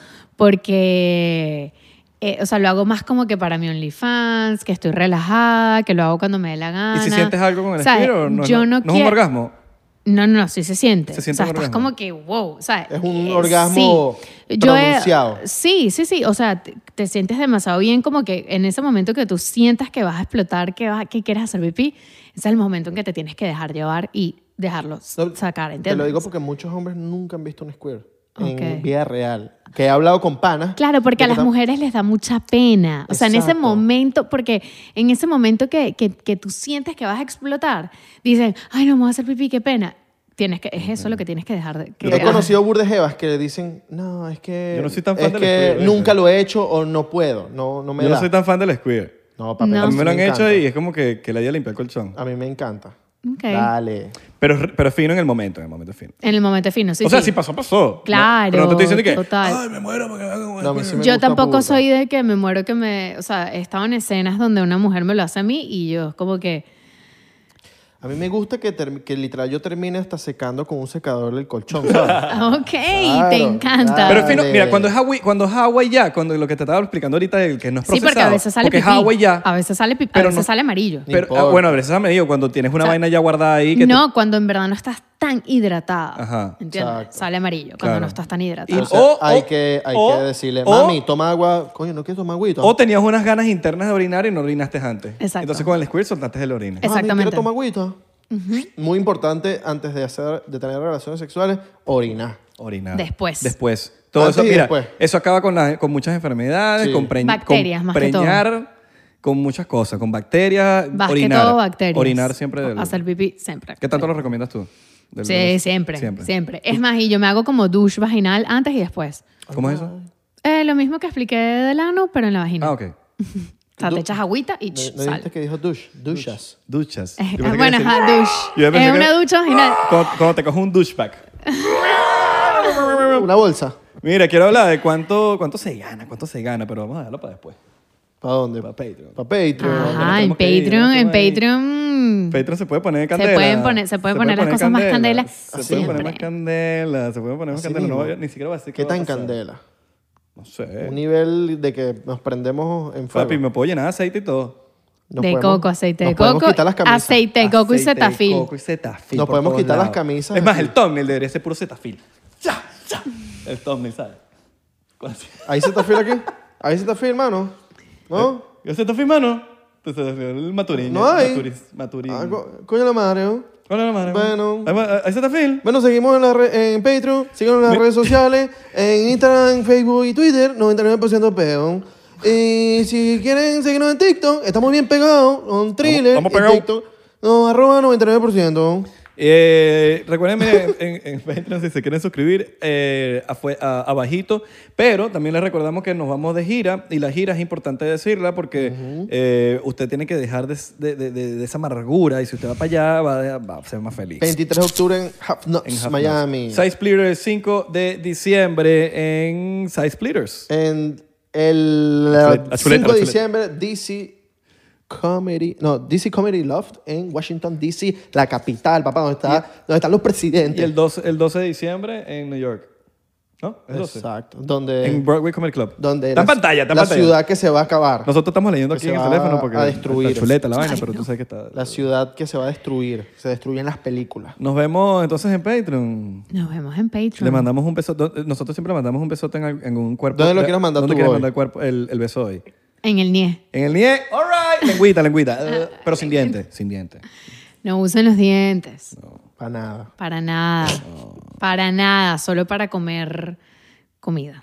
[SPEAKER 2] porque, eh, o sea, lo hago más como que para mi OnlyFans, que estoy relajada, que lo hago cuando me dé la gana.
[SPEAKER 4] ¿Y si sientes algo con el
[SPEAKER 2] ¿Sabes?
[SPEAKER 4] squirt o no?
[SPEAKER 2] Yo
[SPEAKER 4] no,
[SPEAKER 2] no,
[SPEAKER 4] es un
[SPEAKER 2] quiero-
[SPEAKER 4] orgasmo.
[SPEAKER 2] no, no, no, sí se siente.
[SPEAKER 4] Se siente
[SPEAKER 2] o sea,
[SPEAKER 4] un
[SPEAKER 2] estás
[SPEAKER 4] orgasmo.
[SPEAKER 2] como que, wow, ¿sabes?
[SPEAKER 1] Es un
[SPEAKER 2] Eh,
[SPEAKER 1] orgasmo
[SPEAKER 2] sí. Yo he-
[SPEAKER 1] pronunciado.
[SPEAKER 2] sí, sí, sí. O sea, te, te sientes demasiado bien como que en ese momento que tú sientas que vas a explotar, que, vas, que quieres hacer pipí, ese es el momento en que te tienes que dejar llevar y dejarlo s-
[SPEAKER 1] No,
[SPEAKER 2] sacar, ¿entiendes?
[SPEAKER 1] Te lo digo porque muchos hombres nunca han visto un squirt
[SPEAKER 2] Ok.
[SPEAKER 1] en vida real. Que he hablado con panas.
[SPEAKER 2] Claro, porque a
[SPEAKER 1] de que
[SPEAKER 2] las
[SPEAKER 1] tam-
[SPEAKER 2] mujeres les da mucha pena. O sea, en ese
[SPEAKER 1] Exacto.
[SPEAKER 2] momento, porque en ese momento que, que, que tú sientes que vas a explotar, dicen, ay, no me voy a hacer pipí, qué pena. Tienes que, es eso lo que tienes que dejar. de- que-
[SPEAKER 1] Yo he conocido burdejevas que le dicen, no, es que,
[SPEAKER 4] Yo no soy tan
[SPEAKER 1] es
[SPEAKER 4] fan del
[SPEAKER 1] que
[SPEAKER 4] squirt,
[SPEAKER 1] nunca
[SPEAKER 4] ¿viste?
[SPEAKER 1] lo he hecho o no puedo, no, no me
[SPEAKER 4] Yo
[SPEAKER 1] da.
[SPEAKER 4] no soy tan fan del squirt.
[SPEAKER 1] No, papi,
[SPEAKER 2] No.
[SPEAKER 1] a
[SPEAKER 4] A
[SPEAKER 1] mí
[SPEAKER 4] mí me lo han
[SPEAKER 1] me
[SPEAKER 4] hecho
[SPEAKER 1] encanta.
[SPEAKER 4] y es como que, que la idea limpia el colchón.
[SPEAKER 1] A mí me encanta.
[SPEAKER 2] Ok.
[SPEAKER 1] Dale.
[SPEAKER 4] Pero, es- pero es fino en el momento, en el momento es fino.
[SPEAKER 2] En el momento fino, sí.
[SPEAKER 4] o sea,
[SPEAKER 2] sí.
[SPEAKER 4] si pasó, pasó. ¿no?
[SPEAKER 2] Claro,
[SPEAKER 4] pero no te estoy diciendo que.
[SPEAKER 2] total.
[SPEAKER 4] Ay, me muero porque me hagan un
[SPEAKER 1] No, a mí sí me
[SPEAKER 2] yo
[SPEAKER 1] gusta
[SPEAKER 2] tampoco
[SPEAKER 1] burda.
[SPEAKER 2] soy de que me muero que me... O sea, he estado en escenas donde una mujer me lo hace a mí y yo es como que...
[SPEAKER 1] A mí me gusta que, term- que literal yo termine hasta secando con un secador el colchón, ¿sabes?
[SPEAKER 2] ah, Ok,
[SPEAKER 1] Claro,
[SPEAKER 2] te encanta.
[SPEAKER 1] claro.
[SPEAKER 4] Pero es fino,
[SPEAKER 1] Dale.
[SPEAKER 4] mira, cuando es agua, y- cuando es agua y ya, cuando lo que te estaba explicando ahorita el que no es
[SPEAKER 2] sí,
[SPEAKER 4] procesado.
[SPEAKER 2] porque a veces sale
[SPEAKER 4] porque
[SPEAKER 2] pipí.
[SPEAKER 4] es agua y ya.
[SPEAKER 2] A veces sale pipí, a
[SPEAKER 4] Pero
[SPEAKER 2] veces
[SPEAKER 4] no-
[SPEAKER 2] sale amarillo.
[SPEAKER 1] No
[SPEAKER 4] Pero, ah,
[SPEAKER 1] importa.
[SPEAKER 4] bueno, a veces me digo, cuando tienes una
[SPEAKER 2] O sea,
[SPEAKER 4] vaina ya guardada ahí que te-
[SPEAKER 2] No, cuando en verdad no estás tan hidratada.
[SPEAKER 4] Ajá,
[SPEAKER 2] ¿Entiendes?
[SPEAKER 1] exacto.
[SPEAKER 2] Sale amarillo cuando
[SPEAKER 4] Claro.
[SPEAKER 2] no estás tan hidratada.
[SPEAKER 4] Y-
[SPEAKER 1] O sea,
[SPEAKER 4] o-
[SPEAKER 1] hay
[SPEAKER 4] o-
[SPEAKER 1] que, hay
[SPEAKER 4] o-
[SPEAKER 1] que decirle,
[SPEAKER 4] o-
[SPEAKER 1] mami, toma agua. Coño, no quiero tomar agüita.
[SPEAKER 4] O tenías unas ganas internas de orinar y no orinaste antes.
[SPEAKER 2] Exacto.
[SPEAKER 4] Entonces con el squirt soltaste el orina.
[SPEAKER 2] Es-
[SPEAKER 1] Mami,
[SPEAKER 2] Exactamente.
[SPEAKER 1] quiero tomar agüita. Muy importante antes de, hacer, de tener relaciones sexuales, orinar.
[SPEAKER 4] Orinar.
[SPEAKER 2] Después.
[SPEAKER 4] Después. Todo
[SPEAKER 1] Antes
[SPEAKER 4] eso,
[SPEAKER 1] y
[SPEAKER 4] mira,
[SPEAKER 1] Ah, después.
[SPEAKER 4] eso acaba con, las- con muchas enfermedades,
[SPEAKER 1] Sí.
[SPEAKER 4] con, preñ-
[SPEAKER 2] Bacterias,
[SPEAKER 4] con
[SPEAKER 2] más que todo.
[SPEAKER 4] preñar, con muchas cosas, con bacterias,
[SPEAKER 2] Más que
[SPEAKER 4] orinar.
[SPEAKER 2] todo bacterias.
[SPEAKER 4] Orinar siempre. del-
[SPEAKER 2] Hacer pipí siempre.
[SPEAKER 4] ¿Qué tanto lo recomiendas tú? Del-
[SPEAKER 2] Sí, siempre, siempre. Es más, y yo me hago como douche vaginal antes y después.
[SPEAKER 4] ¿Cómo es eso?
[SPEAKER 2] Eh, lo mismo que expliqué del ano, pero en la vagina.
[SPEAKER 4] Ah, ok.
[SPEAKER 2] O sea, te
[SPEAKER 1] Du-
[SPEAKER 2] echas agüita y
[SPEAKER 1] ¿No-
[SPEAKER 2] ch,
[SPEAKER 1] ¿No
[SPEAKER 2] sal.
[SPEAKER 1] viste que dijo douche? Duchas.
[SPEAKER 4] Duchas.
[SPEAKER 2] Eh,
[SPEAKER 4] Yo pensé que
[SPEAKER 2] bueno,
[SPEAKER 4] iba a
[SPEAKER 2] ajá,
[SPEAKER 4] decir-
[SPEAKER 2] douche.
[SPEAKER 4] Yo pensé
[SPEAKER 2] Es
[SPEAKER 4] que-
[SPEAKER 2] una ducha vaginal.
[SPEAKER 4] Cuando, cuando te coges un douchebag.
[SPEAKER 1] Una bolsa.
[SPEAKER 4] Mira, quiero hablar de cuánto, cuánto se gana, cuánto se gana, pero vamos a dejarlo para después.
[SPEAKER 1] ¿Para dónde?
[SPEAKER 4] Para Patreon.
[SPEAKER 1] Para Patreon.
[SPEAKER 4] no
[SPEAKER 2] Ajá, en
[SPEAKER 4] tenemos que ir,
[SPEAKER 2] Patreon,
[SPEAKER 4] no
[SPEAKER 2] en
[SPEAKER 4] tenemos ahí.
[SPEAKER 2] Patreon.
[SPEAKER 4] Patreon se puede poner candela.
[SPEAKER 2] pueden poner- se pueden poner las cosas más candela
[SPEAKER 4] Se pueden poner más
[SPEAKER 2] siempre.
[SPEAKER 4] candela, se pueden poner más
[SPEAKER 1] Así
[SPEAKER 4] candela. No
[SPEAKER 1] mismo.
[SPEAKER 4] voy a- ni siquiera voy a decir
[SPEAKER 1] ¿Qué
[SPEAKER 4] va a
[SPEAKER 1] tan
[SPEAKER 4] pasar.
[SPEAKER 1] candela?
[SPEAKER 4] No
[SPEAKER 1] Un
[SPEAKER 4] sé.
[SPEAKER 1] nivel de que nos prendemos en fuego.
[SPEAKER 4] Papi, me puedo llenar de aceite y todo.
[SPEAKER 1] Nos
[SPEAKER 2] de
[SPEAKER 1] podemos-
[SPEAKER 2] coco, aceite
[SPEAKER 1] nos
[SPEAKER 2] de
[SPEAKER 1] podemos
[SPEAKER 2] coco.
[SPEAKER 1] quitar las camisas.
[SPEAKER 2] Aceite de coco y
[SPEAKER 4] Aceite de
[SPEAKER 2] cetafil.
[SPEAKER 4] coco y cetafil
[SPEAKER 1] Nos
[SPEAKER 4] por
[SPEAKER 1] podemos
[SPEAKER 4] todos
[SPEAKER 1] quitar
[SPEAKER 4] lados.
[SPEAKER 1] las camisas
[SPEAKER 4] Es más,
[SPEAKER 1] aquí.
[SPEAKER 4] el thumbnail debería ser puro cetafil. ¡Ya! ¡Ya! El thumbnail, ¿sabes? Con así.
[SPEAKER 1] Ahí se te fila aquí. Ahí se te fila, hermano. ¿No?
[SPEAKER 4] ¿Y el cetafil, mano? Entonces, Pues, el maturín.
[SPEAKER 1] No hay.
[SPEAKER 4] Maturiz- Maturín.
[SPEAKER 1] Ah, co- coño la madre, ¿no?
[SPEAKER 4] Hola, la madre.
[SPEAKER 1] Bueno.
[SPEAKER 4] Ahí va- ¿Ahí cetafil?
[SPEAKER 1] Bueno, seguimos en, la re- en Patreon, síganos en las redes sociales, en Instagram, Facebook y Twitter, 99% peón. Y si quieren seguirnos en TikTok, estamos bien pegados, con thriller,
[SPEAKER 4] estamos
[SPEAKER 1] en
[SPEAKER 4] pegados.
[SPEAKER 1] TikTok, nos arroba 99%.
[SPEAKER 4] Eh, recuerden en, en- en Patreon si se quieren suscribir eh, afue- a- abajito, pero también les recordamos que nos vamos de gira y la gira es importante decirla porque eh, usted tiene que dejar de, de- de- de- de esa amargura y si usted va para allá va, de- va a ser más feliz.
[SPEAKER 1] 23 de octubre en Half
[SPEAKER 4] En
[SPEAKER 1] Nuts,
[SPEAKER 4] Half
[SPEAKER 1] Miami.
[SPEAKER 4] Nuts. Side Splitters 5 de diciembre en Side Splitters.
[SPEAKER 1] En el
[SPEAKER 4] La
[SPEAKER 1] eh,
[SPEAKER 4] chuleta, la
[SPEAKER 1] 5
[SPEAKER 4] chuleta.
[SPEAKER 1] de diciembre, DC Comedy, no, DC Comedy Loft en Washington, DC, la capital, papá, donde, está, donde están los
[SPEAKER 4] Y
[SPEAKER 1] presidentes.
[SPEAKER 4] el 12, el 12 de diciembre en New York. ¿No? El 12.
[SPEAKER 1] Exacto. Donde,
[SPEAKER 4] En Broadway Comedy Club.
[SPEAKER 1] donde
[SPEAKER 4] está en
[SPEAKER 1] la-
[SPEAKER 4] pantalla, está en
[SPEAKER 1] la
[SPEAKER 4] pantalla.
[SPEAKER 1] ciudad que se va a acabar.
[SPEAKER 4] Ah. Nosotros estamos leyendo aquí
[SPEAKER 1] Que
[SPEAKER 4] en el
[SPEAKER 1] se va
[SPEAKER 4] teléfono porque
[SPEAKER 1] a destruir.
[SPEAKER 4] la chuleta, la vaina, pero tú sabes que está.
[SPEAKER 1] La ciudad que se va a destruir. Se destruyen las películas.
[SPEAKER 4] Nos vemos entonces en Patreon.
[SPEAKER 2] Nos vemos en Patreon.
[SPEAKER 4] Le mandamos un beso. do- Nosotros siempre le mandamos un besote en, al- en un cuerpo.
[SPEAKER 1] ¿Dónde lo
[SPEAKER 4] de-
[SPEAKER 1] quieres mandar
[SPEAKER 4] ¿Dónde
[SPEAKER 1] tú
[SPEAKER 4] quieres
[SPEAKER 1] hoy?
[SPEAKER 4] mandar el, cuerpo, el, el beso hoy?
[SPEAKER 2] En el NIE.
[SPEAKER 4] En el nie. All right. Lengüita, lengüita. Eh, pero sin diente. Sin diente.
[SPEAKER 2] No usen los dientes.
[SPEAKER 1] Para nada.
[SPEAKER 2] Para nada. Para nada. Solo para comer comida.